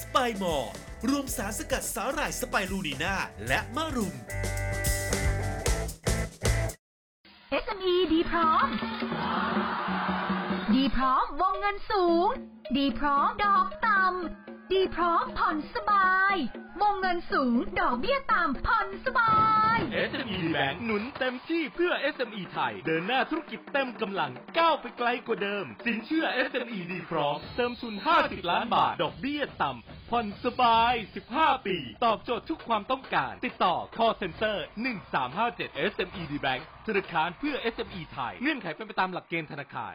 S8: สไปมอร์รวมสารสกัดสาหร่ายสไปรูนีนาและมะรุม
S9: SME ดีพร้อม ดีพร้อมวงเงินสูง ดีพร้อมดอกต่ำ ดีพร้อมผ่อนสบาย วงเงินสูง ดอกเบี้ยต่ำผ่อนสบาย
S10: SME Bank หนุนเต็มที่เพื่อ SME ไทย เดินหน้าธุรกิจเต็มกำลังก้าวไปไกลกว่าเดิม สินเชื่อ SME ดีพร้อม เติมทุน 50 ล้านบาท ดอกเบี้ยต่ำผ่อนสบาย 15 ปี ตอบโจทย์ทุกความต้องการ ติดต่อ call center 1357 SME D Bank ธนาคารเพื่อ SME ไทย เงื่อนไขเป็นไปตามหลักเกณฑ์ธนาคาร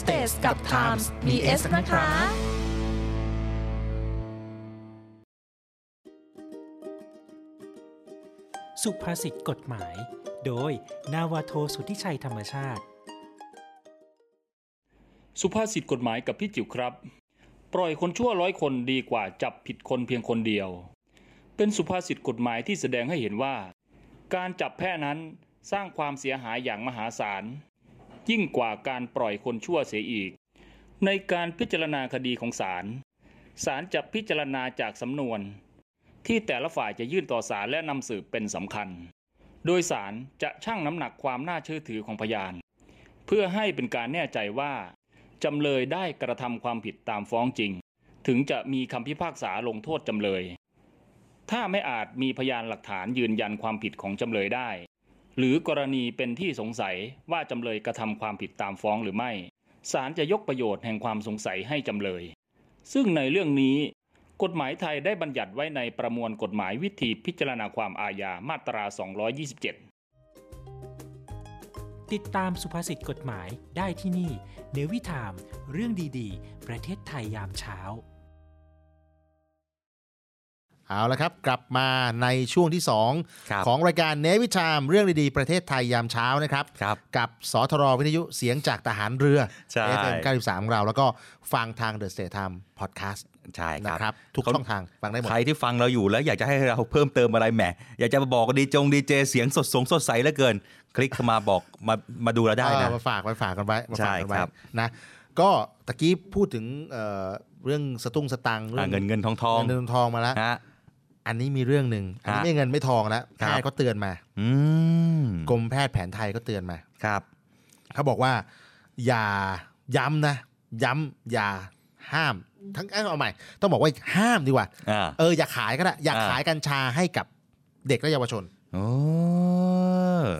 S11: States กับ Times มี S นะคะ
S12: สุภาษิตกฎหมาย โดย นาวาโทสุทธิชัยธรรมชาติ
S13: สุภาษิตกฎหมายกับพี่จิ๋วครับ ปล่อยคนชั่วร้อยคนดีกว่าจับผิดคนเพียงคนเดียว เป็นสุภาษิตกฎหมายที่แสดงให้เห็นว่า การจับแพ้นั้นสร้างความเสียหายอย่างมหาศาล ยิ่งกว่าการปล่อยคนชั่วเสียอีก ในการพิจารณาคดีของศาลศาลจะพิจารณาจากสำนวน ที่แต่ละฝ่ายจะยื่นต่อศาลและนำสืบเป็นสำคัญ โดยศาลจะชั่งน้ำหนักความน่าเชื่อถือของพยาน เพื่อให้เป็นการแน่ใจว่า จำเลยได้กระทำความผิดตามฟ้องจริง ถึงจะมีคำพิพากษาลงโทษจำเลย ถ้าไม่อาจมีพยานหลักฐานยืนยันความผิดของจำเลยได้ หรือกรณีเป็นที่สงสัยว่าจำเลยกระทำความผิดตามฟ้องหรือไม่ศาลจะยกประโยชน์แห่งความสงสัยให้จำเลย ซึ่งในเรื่องนี้ กฎหมายไทยได้บัญญัติไว้ในประมวลกฎหมายวิธีพิจารณาความอาญามาตรา 227
S12: ติดตามสุภาษิตกฎหมายได้ที่นี่ เนวิทาม เรื่องดีๆ ประเทศไทยยามเช้า
S3: เอาละครับ กลับมาในช่วงที่
S4: ครับ
S3: 2 ของรายการเนวิชามเรื่องดีๆ ประเทศไทยยามเช้านะครับ
S4: ครับ
S3: กับสทรวิทยุเสียงจากทหารเรือ
S4: ใช่
S3: เอฟเอ็ม93ของเรา แล้วก็ฟังทาง The State Time Podcast
S4: ใช่ค
S3: นะ
S4: รับ
S3: ครับ ทุก
S4: เขา
S3: ช่องทางฟังได้หมด
S4: ใครที่ฟังเราอยู่แล้วอยากจะให้เราเพิ่มเติมอะไรแหมอยากจะมาบอกดีจงดีเจเสียงสดสงสดใสเหลือเกิน คลิกเข้ามาบอกมามาดูเราได้นะ
S3: เออมาฝากมาฝากกันไว้มาฝากกันไว้
S4: ใช่ครับ
S3: นะก็ตะกี้พูดถึงเอ่อเรื่องสตุ้งสตังค์
S4: อ่า
S3: เรื่อง
S4: เงินเงินทองทอง
S3: เงินเงินทองมาแล้ว
S4: ฮะ
S3: อันนี้มีเรื่องหนึ่งอันนี้
S4: ฮะ
S3: ไม่เงินไม่ทองแล้ว
S4: ครั
S3: แพ
S4: บ
S3: ทย์ก็เตือนมา
S4: อืม
S3: กรมแพทย์แผนไทยก็เตือนมา
S4: ครับ
S3: เขาบอกว่า อย่าย้ำนะ ย้ำอย่าห้าม ทั้งเอ้ยเอาใหม่ ต้องบอกว่าห้ามดีกว่า
S4: อ่า
S3: เอออย่าขายก็ได้อย่า
S4: อ่า
S3: ขายกัญชาให้กับเด็กและเยาวชน
S4: โอ้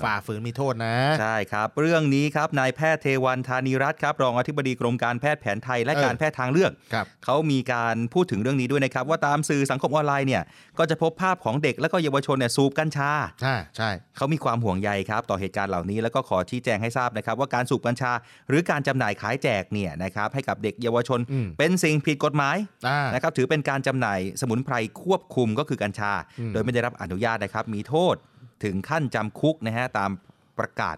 S3: ฝ่าฝืนมีโทษนะ
S4: ใช่ครับ เรื่องนี้ครับนายแพทย์เทวันธานีรัตน์ครับรองอธิบดีกรมการแพทย์แผนไทยและ
S3: เออ
S4: การแพทย์ทางเลือก
S3: ครับ
S4: เขามีการพูดถึงเรื่องนี้ด้วยนะครับ ว่าตามสื่อสังคมออนไลน์เนี่ยก็จะพบภาพของเด็กและก็เยาวชนเนี่ยสูบกัญชา
S3: ใช่ใช่
S4: เขามีความห่วงใยครับ ต่อเหตุการณ์เหล่านี้แล้วก็ขอชี้แจงให้ทราบนะครับ ว่าการสูบกัญชา หรือการจำหน่ายขายแจกเนี่ยนะครับให้กับเด็กเยาวชน
S3: อืม
S4: เป็นสิ่งผิดกฎหมาย
S3: อ่า
S4: นะครับถือเป็นการจำหน่ายสมุนไพรควบคุมก็คือกัญชา
S3: อืม
S4: โดยไม่ได้รับอนุญาตนะครับ มีโทษถึงขั้นจำคุกนะฮะตามประกาศ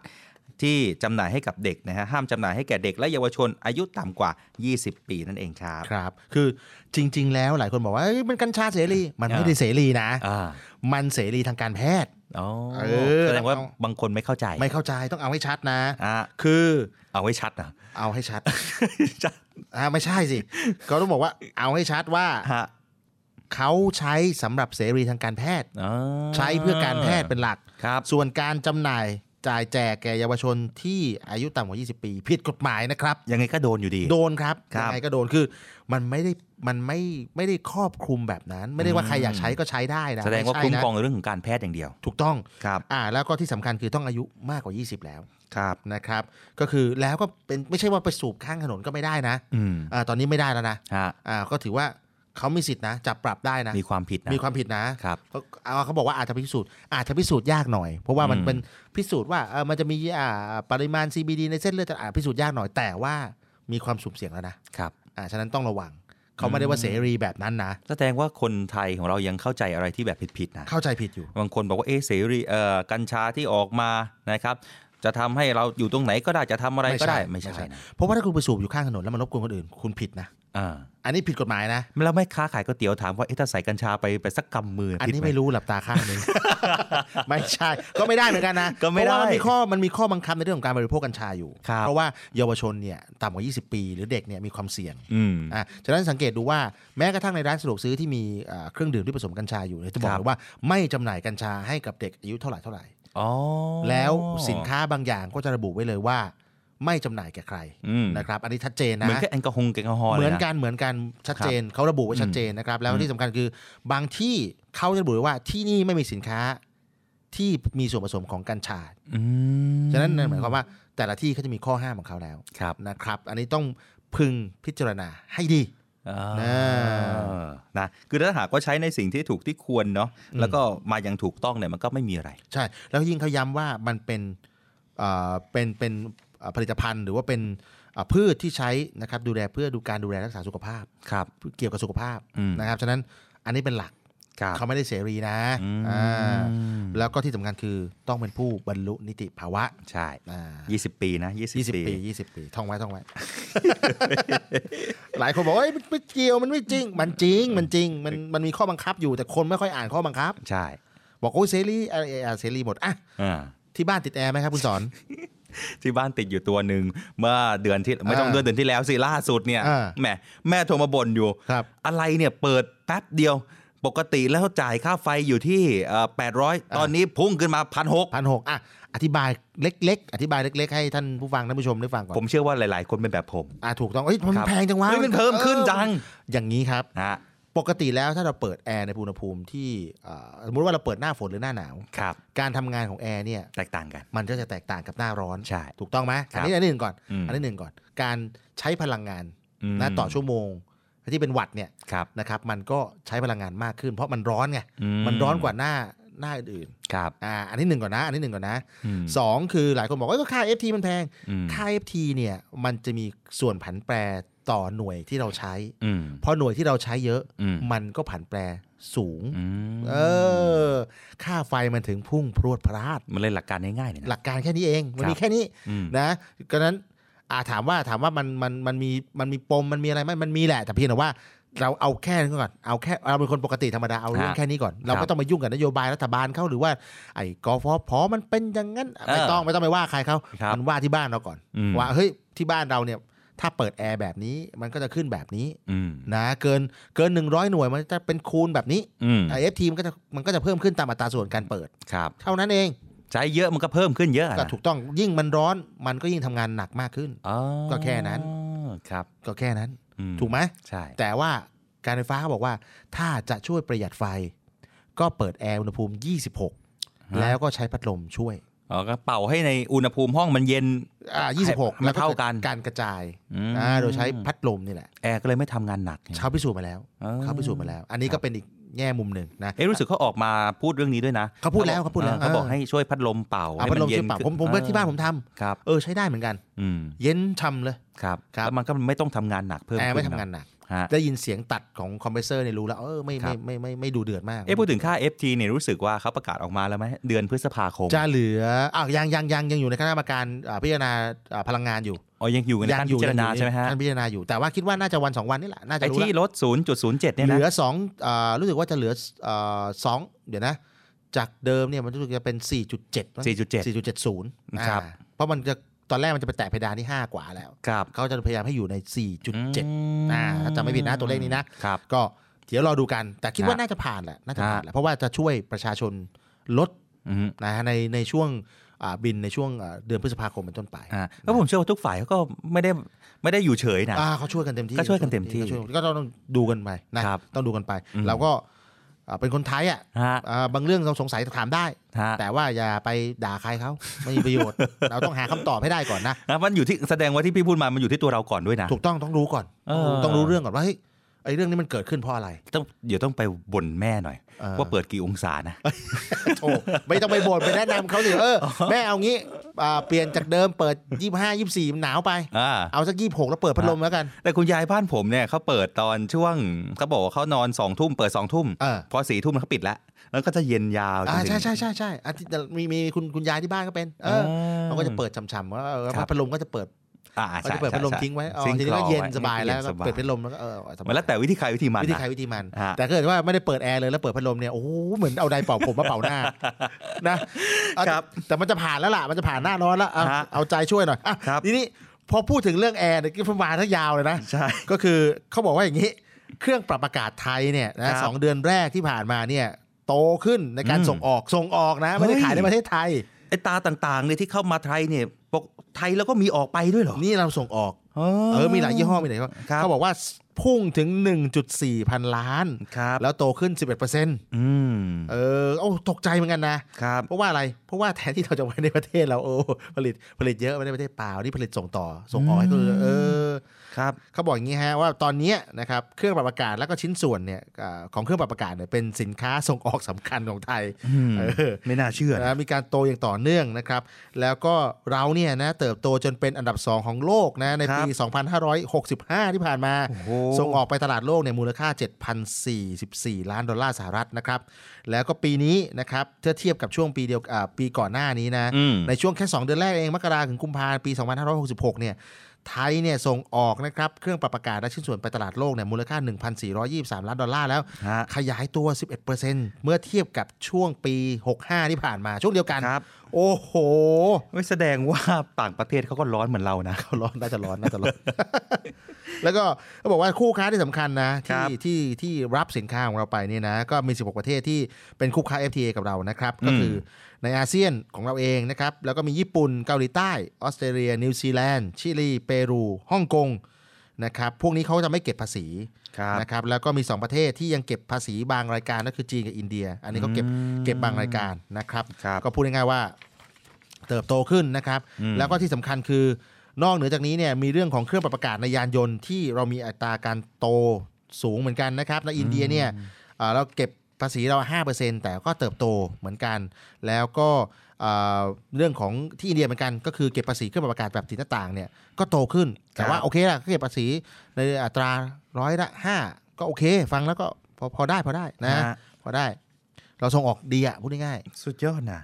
S4: ที่จำหน่ายให้กับเด็กนะฮะห้ามจำหน่ายให้แก่เด็กและเยาวชนอายุต่ำกว่า 20 ปีนั่นเองครับ
S3: ครับ คือจริง ๆ แล้วหลายคนบอกว่าเอ้ยมันกัญชาเสรีมันไม่ได้เสรีนะ มันเสรีทางการแพทย์เออ
S4: แสดงว่าบางคนไม่เข้าใจ
S3: ไม่เข้าใจต้องเอาให้ชัดนะ
S4: คือ เอาไว้ชัดนะ
S3: เอาให้ชัดอ่าไม่ใช่สิ เขาต้องบอกว่าเอาให้ชัดว่าเขาใช้สำหรับเสรีทางการแพทย์ใช้เพื่อการแพทย์เป็นหลัก ส่วนการจำหน่ายจ่ายแจกแก่เยาวชนที่อายุต่ำกว่า 20 ปี ผิดกฎหมายนะครับ
S4: ยังไงก็โดนอยู่ดี
S3: โดนครับ
S4: ครั
S3: ยั
S4: บ
S3: งไงก็โดนคือมันไม่ได้มันไม่ไม่ได้ครอบคลุมแบบนั้น ไม่ได้ว่าใคร
S4: อืม
S3: อยากใช้ก็ใช้ได้นะ
S4: แสดงว่า
S3: ไใช่นะ
S4: คุ้มครองในเรื่องของการแพทย์อย่างเดียว
S3: ถูกต้องอ่า แล้วก็ที่สำคัญคือต้องอายุมากกว่า 20 แล้ว
S4: ครับ
S3: นะครับ ก็คือแล้วก็เป็นไม่ใช่ว่าไปสูบข้างถนนก็ไม่ได้นะ
S4: อืม
S3: อ่าตอนนี้ไม่ได้แล้วนะ
S4: ฮะ
S3: อ่า ก็ถือว่าเขามีสิทธินะ จับปรับได้นะ
S4: มีความผิดนะ
S3: มีความผิดนะครับ เขาเอาเขาบอกว่าอาจจะพิสูจน์ อาจจะพิสูจน์ยากหน่อย เพราะว่ามัน
S4: อืม
S3: เป็นพิสูจน์ว่าเออมันจะมีอ่าปริมาณ CBD ในเส้นเลือดจะอาจพิสูจน์ยากหน่อย แต่ว่ามีความสุ่มเสี่ยงแล้วนะ
S4: ครับ
S3: อ่า ฉะนั้นต้องระวัง เขาไม่ได้ว่าเสรีแบบนั้นนะ
S4: แสดงว่าคนไทยของเรายังเข้าใจอะไรที่แบบผิดๆนะ
S3: เข้าใจผิดอยู่
S4: บางคนบอกว่าเอะเสรีเอ่อกัญชาที่ออกมานะครับ จะทำให้เราอยู่ตรงไหนก็ได้จะทำอะไรก็ได้ ไม่ใช่นะ
S3: เพราะว่าถ้าคุณไปสูบอยู่ข้างถนนแล้วมันรบกวนคนอื่น คุณผิดนะ
S4: อ่า
S3: อันนี้ผิด กฎหมายนะ
S4: แล้วไม่ค้าขายก๋วยเตี๋ยวถามว่าเอ๊ะถ้าใส่กัญชาไปไปสักกำมือ
S3: อัน
S4: ผิด
S3: นี้
S4: ห
S3: ไม่รู้หลับตาข้างหนึง ไม่ใช่ ก็ไม่ได้เหมือนกันนะ
S4: ก็ไม่ได้
S3: เพราะว่ามันมีข้อมันมีข้อบังคับในเรื่องของการบริโภคกัญชาอยู่
S4: ครับ
S3: เพราะว่าเยาวชนเนี่ยต่ำกว่า 20 ปี หรือเด็กเนี่ยมีความเสี่ยง
S4: อืม
S3: อ่ะฉะนั้นสังเกตดูว่าแม้กระทั่งในร้านสะดวกซื้อที่มีเอ่อเครื่องดื่มที่ผสมกัญชาอยู่เนี่ยจะบอกเลยว่าไม่จำหน่ายกัญชาให้กับเด็กอายุเท่าไหร่เท่าไหร่
S4: อ๋อ
S3: แล้วสินค้าบางอย่างก็จะระบุไว้เลยว่า ไม่จำหน่ายแก่ใคร
S4: อืม
S3: นะครับ อันนี้ชัดเจนนะ
S4: เหมือนแค่แอลกอฮอล์แอลกอฮอล์
S3: เห
S4: ล
S3: มื
S4: ยะ
S3: อนกันเหมือนกันชัดเจน
S4: ครับ
S3: เขาระบุไว้ชัดเจนนะครับ แล้ว
S4: อืม
S3: ที่สำคัญคือบางที่เขาจะระบุไว้ว่าที่นี่ไม่มีสินค้าที่มีส่วนผสมของกัญชา
S4: อืม
S3: ฉะนั้นนั่นหมายความว่าแต่ละที่เขาจะมีข้อห้ามของเขาแล้ว
S4: ครับ
S3: นะครับ อันนี้ต้องพึงพิจารณาให้ดี
S4: เออนะคือถ้าหากว่าใช้ในสิ่งที่ถูกที่ควรเนาะ
S3: อืม
S4: แล้วก็มาอย่างถูกต้องเนี่ยมันก็ไม่มีอะไร
S3: ใช่ แล้วยิ่งเขาย้ำว่ามันเป็นเอ่อเป็นเป็นเอ่อผลิตภัณฑ์ หรือว่าเป็นเอ่อพืชที่ใช้นะครับดูแลเพื่อดูการดูแลรักษาสุขภาพ
S4: ครับ
S3: เกี่ยวกับสุขภาพ
S4: อืม
S3: นะครับฉะนั้นอันนี้เป็นหลัก
S4: ครับ
S3: เขาไม่ได้เสรีนะอ่าแล้วก็ที่สำคัญคือต้องเป็นผู้บรรลุนิติภาวะ
S4: ใช่
S3: อ่
S4: ยี่สิบปีนะยี่สิบ
S3: 20
S4: ปี
S3: ปี 20 ปี ท่องไว้ ท่องไว้ หลายคนบอกว่าเอ้ยมันไม่เกี่ยว มันไม่จริง มันจริง มันจริง มัน มันมีข้อบังคับอยู่ แต่คนไม่ค่อยอ่านข้อบังคับ
S4: ใช่
S3: บอกโอ้ยเสรีเอ่อเอ่อเสรีหมด อ่ะ
S4: อ่า
S3: ที่บ้านติดแอร์ไหมครับคุณสอน
S4: ที่บ้านติดอยู่ตัวหนึ่งเมื่อเดือนที่ไม่ต้อง
S3: อ่า
S4: เดือนเดือนที่แล้วสิล่าสุดเนี่ย
S3: อ่า
S4: แหมแม่โทรมาบ่นอยู่ อะไรเนี่ยเปิดแป๊บเดียว ปกติแล้วจ่ายค่าไฟอยู่ที่เอ่อ800 ตอนนี้พุ่งขึ้นมาพันหก
S3: พันหกอ่ะ อธิบายเล็ก ๆ อธิบายเล็ก ๆ ให้ท่านผู้ฟังท่านผู้ชมได้ฟังก่อน
S4: ผมเชื่อว่าหลาย ๆ คนเป็นแบบผม
S3: อ่ะถูกต้องเอ้ยมัน
S4: ครับ
S3: แพงจังวะ
S4: เฮ้ยมันเพิ่มขึ้น
S3: ออ
S4: จัง
S3: อย่างนี้ครับ
S4: ฮะ
S3: ปกติแล้วถ้าเราเปิดแอร์ในอุณหภูมิที่เอ่อสมมติว่าเราเปิดหน้าฝนหรือหน้าหนาว
S4: ครับ
S3: การทำงานของแอร์เนี่ย
S4: แตกต่างกัน
S3: มันก็จะแตกต่างกับหน้าร้อน
S4: ใช่
S3: ถูกต้องไหม
S4: ค
S3: อั
S4: รับ
S3: นนี้อันนี้หนึ่งก่อน
S4: อืม
S3: อันนี้หนึ่งก่อน การใช้พลังงาน
S4: อืม
S3: นะต่อชั่วโมงที่เป็นวัตต์เนี่ย
S4: ครับ
S3: นะครับมันก็ใช้พลังงานมากขึ้น เพราะมันร้อนไง
S4: อืม
S3: มันร้อนกว่าหน้าหน้าอื่น
S4: ครับ
S3: ๆอ่าอันนี้หนึ่งก่อนนะ อันนี้หนึ่งก่อนนะ
S4: อืม
S3: สองคือหลายคนบอกว่าเอ้ยก็ค่า FT มันแพง
S4: อืม
S3: ค่า FT เนี่ยมันจะมีส่วนผันแปรต่อหน่วยที่เราใช้
S4: อืม
S3: เพราะหน่วยที่เราใช้เยอะ
S4: อืม
S3: มันก็ผันแปรสูง
S4: อืม
S3: เออ ค่าไฟมันถึงพุ่งพรวดพราด
S4: มันเลยหลักการง่ายๆเนี่ย
S3: ห
S4: นะ
S3: ลักการแค่นี้เอง มัน
S4: ครับ
S3: มีแค่นี้
S4: อืม
S3: นะก็นั้นอาถามว่าถามว่ามันมันมันมีมันมีปมมันมีอะไรไหมมันมีแหละ แต่เพียงแต่ว่าเราเอาแค่นี้ก่อนเอาแค่เราเป็นคนปกติธรรมดาเอาเรื่องแค่นี้ก่อนเราไม่ต้องมายุ่งกับนโยบายรัฐบาลเขาหรือว่าไอ้กฟผมันเป็นอย่างนั้นไม่ต้องไม่ต้องไปว่าใครเขา
S4: ครับ
S3: มันว่าที่บ้านเราก่อน
S4: อืม
S3: ว่าเฮ้ยที่บ้านเราเนี่ยถ้าเปิดแอร์แบบนี้มันก็จะขึ้นแบบนี้
S4: อืม
S3: นะเกินเกิน 100 หน่วยมันจะเป็นคูณแบบนี้
S4: อืม
S3: ไอเอฟทีมันก็จะมันก็จะเพิ่มขึ้นตามอัตราส่วนการเปิด
S4: ครับ
S3: เท่านั้นเอง
S4: ใช้เยอะมันก็เพิ่มขึ้นเยอะ
S3: ก็
S4: นะ
S3: ถูกต้องยิ่งมันร้อนมันก็ยิ่งทำงานหนักมากขึ้น
S4: อ๋อ
S3: ก็แค่นั้น
S4: ครับ
S3: ก็แค่นั้น
S4: อื
S3: ถูกไหม
S4: ใช่
S3: แต่ว่าการไฟฟ้าเขาบอกว่า ถ้าจะช่วยประหยัดไฟ ก็เปิดแอร์อุณหภูมิ 26 แล้วก็ใช้พัดลมช่วย
S4: อ๋อก็เป่าให้ในอุณหภูมิห้องมันเย็น
S3: อ่า26
S4: ให้
S3: แล้ว
S4: มั
S3: น
S4: เท่ากัน
S3: การกระจาย
S4: อืม
S3: อ่าโดยใช้พัดลมนี่แหละ
S4: แอร์ก็เลยไม่ทำงานหนักไง
S3: เขาพิสูจน์มาแล้ว
S4: อ๋อ
S3: เขาพิสูจน์มาแล้ว อันนี้ก็เป็นอีกแง่มุมหนึ่งนะ
S4: เอ๊ะรู้สึกเขาออกมาพูดเรื่องนี้ด้วยนะ
S3: เขาพูดแล้วเขาพูดแล้ว
S4: ออเขาบอก
S3: เออ
S4: ให้ช่วยพัดลมเป่า
S3: เอา
S4: ให้
S3: พัดลม
S4: นย็น
S3: ช่วยเป่า
S4: ขึ้น
S3: ผมผมว่าที่บ้านผมทำ
S4: ครับ
S3: เออใช้ได้เหมือนกัน
S4: อืม
S3: เย็นช่ำเลย
S4: ครับ
S3: ครับ
S4: แล้วมันก็ไม่ต้องทำงานหนักเพิ่ม
S3: แอร์
S4: ขึ้
S3: ไม่
S4: น
S3: ทำ
S4: เอะ
S3: งานหนัก
S4: ฮะ
S3: ได้ยินเสียงตัดของคอมเพรสเซอร์เนี่ยรู้แล้วเออไม่
S4: ครั
S3: ไม่
S4: บ
S3: ไม่ไม่ไม่ดูเดือดมาก
S4: เอ๊ะพูดถึงค่า FT เนี่ยรู้สึกว่าเขาประกาศออกมาแล้วไหมเดือนพฤษภาคม
S3: จะเหลืออ้าวยังยังยังยังอยู่ในคณะกรรมการอ่าพิจารณาอ่าพลังงานอยู่
S4: อ๋อยังอยู่ในขั้นพิจารณาใช่ไหมฮะ
S3: ขั้นพิจารณาอยู่แต่ว่าคิดว่าน่าจะวันสองวันนี่แหละน่าจะ
S4: ไอ้
S3: รู้
S4: ที่
S3: แล้ว
S4: ลด 0.07เนี่ย
S3: เห
S4: นะ
S3: ลือสองอ่ารู้สึกว่าจะเหลืออ่าสองเดี๋ยวนะ จากเดิมเนี่ยมันรู้สึกจะเป็น 4.7มั้ง
S4: 4.7
S3: 4.70
S4: ครับ
S3: อ่าเพราะมันจะตอนแรกมันจะไปแตะเพดานที่ 5 กว่าแล้ว
S4: ครับ
S3: เขาจะพยายามให้อยู่ใน 4.7อ่าถ้าจะไม่ผิดนะตัวเลขนี้นะ
S4: ครับ
S3: ก็เดี๋ยวรอดูกัน แต่คิดว่า
S4: ฮะ
S3: น่าจะผ่านแหละ น่าจะผ่าน
S4: ฮะ
S3: แหละ เพราะว่าจะช่วยประชาชนลด
S4: อืม
S3: นะฮะในในช่วงอ่าบินในช่วงอ่าเดือนพฤษภาคมเป็นต้นไป
S4: อ่าแล้วผมเชื่อว่าทุกฝ่ายเขาก็ไม่ได้ไม่ได้อยู่เฉยนะ
S3: อ่าเขาช่วยกันเต็มที่
S4: ก็ช่วยกันเต็มที่
S3: ก็ช่วยก็ต้องดูกันไปนะครับ ต้องดูกันไป
S4: อืม
S3: เราก็อ่าเป็นคนไทยอ่ะ
S4: ฮะ
S3: อ่าบางเรื่องเราสงสัยถามได้
S4: ฮะ
S3: แต่ว่าอย่าไปด่าใครเขาไม่มีประโยชน์ เราต้องหาคำตอบให้ได้ก่อนนะ
S4: นะมันอยู่ที่แสดงว่าที่พี่พูดมา มันอยู่ที่ตัวเราก่อนด้วยนะ
S3: ถูกต้องต้องรู้ก่อน
S4: เออ
S3: ต้องรู้เรื่องก่อนว่าเฮ้ยไอ้เรื่องนี้มันเกิดขึ้นเพราะอะไร
S4: ต้องเดี๋ยวต้องไปบ่นแม่หน่อย
S3: ออ
S4: ว่าเปิดกี่องศานะ
S3: โอ้ไม่ต้องไปบ่นไปแนะนำเขาสิเอ อ แม่เอางี้อ่าเปลี่ยนจากเดิมเปิด 25 24มันหนาวไป
S4: อ่า
S3: เอาสัก 26 แล้วเปิดพัดลมแล้วกัน
S4: แต่คุณยายบ้านผมเนี่ยเขาเปิดตอนช่วงเขาบอกว่าเขานอนสองทุ่มเปิดสองทุ่ม
S3: เออ
S4: พอสี่ทุ่มเขาปิดแล้วแล้วก็จะเย็นยาวจน
S3: อ่า
S4: ถึง
S3: ใช่ใช่ใช่ใช่อาทิตย์มีมีคุณคุณยายที่บ้านก็เป็นเออ
S4: อ่า
S3: เขาก็จะเปิดช่ำๆว่าเออ
S4: ครับ
S3: พัดลมก็จะเปิด
S4: อ่า
S3: เขา
S4: ใช่
S3: จะเปิดพัดลมทิ้งไว้อ๋อ
S4: ทิ้
S3: ทีนี้ก็
S4: กรอ
S3: เย็น
S4: ไว้
S3: สบายแล้ว
S4: น
S3: ก็
S4: สบ
S3: เปิดพัดลมแล้วก็เออสบาย
S4: มันแล้วแต่วิธีใครวิธีมัน
S3: วิธี
S4: นะ
S3: ใครวิธีมัน
S4: ฮะ
S3: แต่ถ้าเกิดว่าไม่ได้เปิดแอร์เลยแล้วเปิดพัดลมเนี่ยโอ้โหเหมือนเอาไดร์เป่าผมมาเป่าหน้านะเอา
S4: ครับ
S3: แต่มันจะผ่านแล้วล่ะมันจะผ่านหน้าร้อนแล้วเอา
S4: ฮะ
S3: เอาใจช่วยหน่อยอ่ะ
S4: ครับ
S3: ทีนี้พอพูดถึงเรื่องแอร์เนี่ยก็ประมาณทั้งยาวเลยนะ
S4: ใช่
S3: ก็คือเขาบอกว่าอย่างนี้ เครื่องปรับอากาศไทยเนี่ย
S4: ครั
S3: นะ
S4: บ
S3: สองเดือนแรกที่ผ่านมาเนี่ยโตขึ้นในการ
S4: อืม
S3: ส่งออกส่งออกนะ ไม่ได้
S4: เฮ้ย
S3: ขายในประเทศไทย
S4: ไอ้ตาต่างๆเนี่ยที่เข้ามาไทยเนี่ยปกไทยแล้วก็มีออกไปด้วยเหรอ
S3: นี่เราส่งออก
S4: เอ
S3: เออมีหลายยี่ห้อมีหลายยี่ห้อ
S4: ครับ
S3: เขาบอกว่าพุ่งถึง 1.4 พันล้าน
S4: ครับ
S3: แล้วโตขึ้น 11%เ
S4: อืม
S3: ออโอ้ตกใจเหมือนกันนะ
S4: ครับ
S3: เพราะว่าอะไร เพราะว่าแทนที่เราจะไว้ในประเทศเราโอ้ผลิตผลิตเยอะไว้ในประเทศเปล่านี่ผลิตส่งต่อส่งออกให้คนอื่นเออ
S4: ครับ
S3: เขาบอกอย่างนี้ฮะว่าตอนเนี้ยนะครับเครื่องปรับอากาศแล้วก็ชิ้นส่วนเนี่ยอ่าของเครื่องปรับอากาศเนี่ยเป็นสินค้าส่งออกสำคัญของไทย
S4: อืม
S3: เออ
S4: ไม่น่าเชื่อนะ
S3: นะมีการโตอย่างต่อเนื่องนะครับ แล้วก็เราเนี่ยนะเติบโตจนเป็นอันดับ 2 ของโลกนะในปี 2565 ที่ผ่านมา
S4: โอ้โห
S3: ส่งออกไปตลาดโลกเนี่ยมูลค่า 7,044 ล้านดอลลาร์สหรัฐนะครับ แล้วก็ปีนี้นะครับถ้าเทียบกับช่วงปีเดียวอ่าปีก่อนหน้านี้นะ
S4: อืม
S3: ในช่วงแค่ 2 เดือนแรกเอง มกราถึงกุมภาพันธ์ปี 2566 เนี่ย ไทยเนี่ยส่งออกนะครับเครื่องปรับอากาศและชิ้นส่วนไปตลาดโลกเนี่ยมูลค่า 1,423 ล้านดอลลาร์แล้ว
S4: ฮะ
S3: ขยายตัว 11%เมื่อเทียบกับช่วงปี 65 ที่ผ่านมา ช่วงเดียวกัน
S4: ครับ
S3: โอ้โห
S4: ไม่แสดงว่าต่างประเทศเขาก็ร้อนเหมือนเรานะ
S3: ร้อนน่าจะร้อนน่าจะร้อน แล้วก็เขาบอกว่าคู่ค้าที่สำคัญนะ
S4: ครั
S3: ที่
S4: บ
S3: ที่ที่รับสินค้าของเราไปเนี่ยนะ ก็มี 16 ประเทศที่เป็นคู่ค้า FTA กับเรานะครับ ก็คือในอาเซียนของเราเองนะครับ แล้วก็มีญี่ปุ่นเกาหลีใต้ ออสเตรเลีย นิวซีแลนด์ ชิลี เปรูฮ่องกงนะครับพวกนี้เขาจะไม่เก็บภาษี
S4: ครับ
S3: นะครับแล้วก็มี 2 ประเทศที่ยังเก็บภาษีบางรายการก็คือจีนกับอินเดีย อันนี้ก็เก็บเก็บบางรายการนะครับ
S4: ครับ
S3: ก็พูดง่ายๆว่าเติบโตขึ้นนะครับ
S4: อืม
S3: แล้วก็ที่สำคัญคือนอกเหนือจากนี้เนี่ยมีเรื่องของเครื่องปรับอากาศในยานยนต์ที่เรามีอัตราการโตสูงเหมือนกันนะครับในอินเดียเนี่ยเอ่อเราเก็บภาษีเรา 5%แต่ก็เติบโตเหมือนกัน แล้วก็เอ่อเรื่องของที่อินเดียเหมือนกัน ก็คือเก็บภาษีเครื่องปรับอากาศแบบติดหน้าต่างเนี่ยก็โตขึ้น แต่ว่าโอเคละก็เก็บภาษีในอัตราร้อยละห้าก็โอเค ฟังแล้วก็พอพอได้พอได้นะ
S4: ฮะ
S3: พอได้ เราส่งออกดีอะพูดง่ายๆ
S4: สุดยอดนะ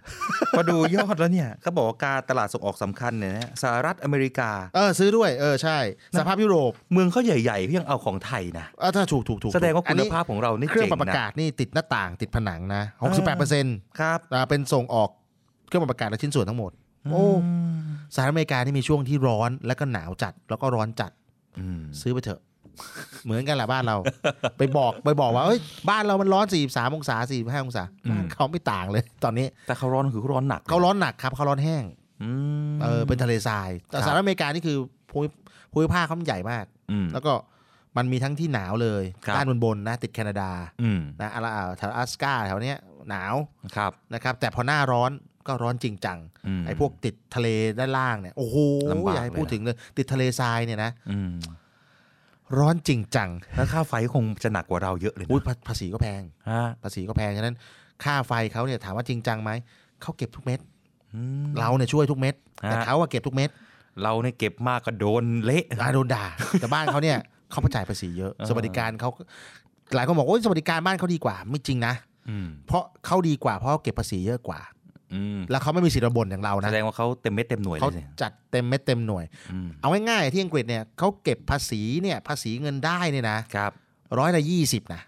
S4: พอดูยอดแล้วเนี่ยเขาบอกว่าการตลาดส่งออกสำคัญเนี่ยนะสหรัฐอเมริกา
S3: เออซื้อด้วยเออใช่ สภาพยุโรป
S4: เมืองเขาใหญ่ๆก็ยังเอาของไทยนะ
S3: เออถ้าถูกถูกถูก
S4: แสดงว่า
S3: อั
S4: คุ
S3: น
S4: ณ
S3: นี้
S4: ภาพของเรานี่
S3: เครื่อง
S4: เจ๋ง
S3: ปรับอา
S4: นะ
S3: กาศนี่ติดหน้าต่างติดผนังนะ
S4: เอ
S3: 68%เปอร์เซ็น
S4: อ
S3: ต์
S4: ครับ
S3: เป็นส่งออกเครื่องปรับอากาศและชิ้นส่วนทั้งหมด โอ้สหรัฐอเมริกานี่มีช่วงที่ร้อนแล้วก็หนาวจัดแล้วก็ร้อนจัด
S4: อืม
S3: ซื้อไปเถอะ เหมือนกันแหละบ้านเรา ไปบอกไปบอกว่าเอ้ยบ้านเรามันร้อน43องศา45องศา
S4: อืม
S3: เขาไม่ต่างเลย ตอนนี้
S4: แต่เขาร้อนคือเขาร้อนหนัก
S3: เขาร้อนหนักครับเขาร้อนแห้ง
S4: อืม
S3: เออเป็นทะเลทรายแต่
S4: ครับ
S3: สหรัฐอเมริกานี่คือภูมิภูมิภาคเขามันใหญ่มาก
S4: อืม
S3: แล้วก็มันมีทั้งที่หนาวเลย
S4: ครับ
S3: ด้านบนบนๆนะติดแคนาดา
S4: อืม
S3: นะอาราอ่าแถวอลาสกาแถวเนี้ยหนาว
S4: ครับ
S3: นะครับ แต่พอหน้าร้อนก็ร้อนจริงจัง
S4: ม
S3: ไอ้พวกติดทะเลด้านล่างเนี่ยโอ้โห
S4: ลำบาก
S3: อย่าให้
S4: เลย
S3: พูด
S4: นะ
S3: ถึงเลยติดทะเลทรายเนี่ยนะ
S4: อืม
S3: ร้อนจริงจัง
S4: แล้วค่าไฟคงจะหนักกว่าเราเยอะเลย
S3: อุ้ย
S4: นะ
S3: ภาภาษีก็แพง
S4: ฮะ
S3: ภาษีก็แพงฉะนั้นค่าไฟเขาเนี่ยถามว่าจริงจังไหมเขาเก็บทุกเม็ด
S4: อืม
S3: เราเนี่ยช่วยทุกเม็ด
S4: ฮะ
S3: แต่เขาอะเก็บทุกเม็ด
S4: เราเนี่ยเก็บมากก็โดนเละ
S3: อาโดนด่าแต่บ้านเขาเนี่ย เขาไปจ่ายภาษีเยอะ
S4: อ่า
S3: สวัสดิการเขาหลายคนบอกว่าสวัสดิการบ้านเขาดีกว่า ไม่จริงนะ
S4: อืม
S3: เพราะเขาดีกว่าเพราะเขาเก็บภาษีเยอะกว่า
S4: อืม
S3: แล้วเขาไม่มีสิทธิ์มาบ่นอย่างเรานะ
S4: แสดงว่าเขาเต็มเม็ดเต็มหน่วยเล
S3: เขา
S4: ยสิ
S3: จัดเต็มเม็ดเต็มหน่วย
S4: อืม
S3: เอาง่ายๆที่อังกฤษเนี่ยเขาเก็บภาษีเนี่ยภาษีเงินได้เนี่ยนะครับ ร้อยละยี่สิบนะ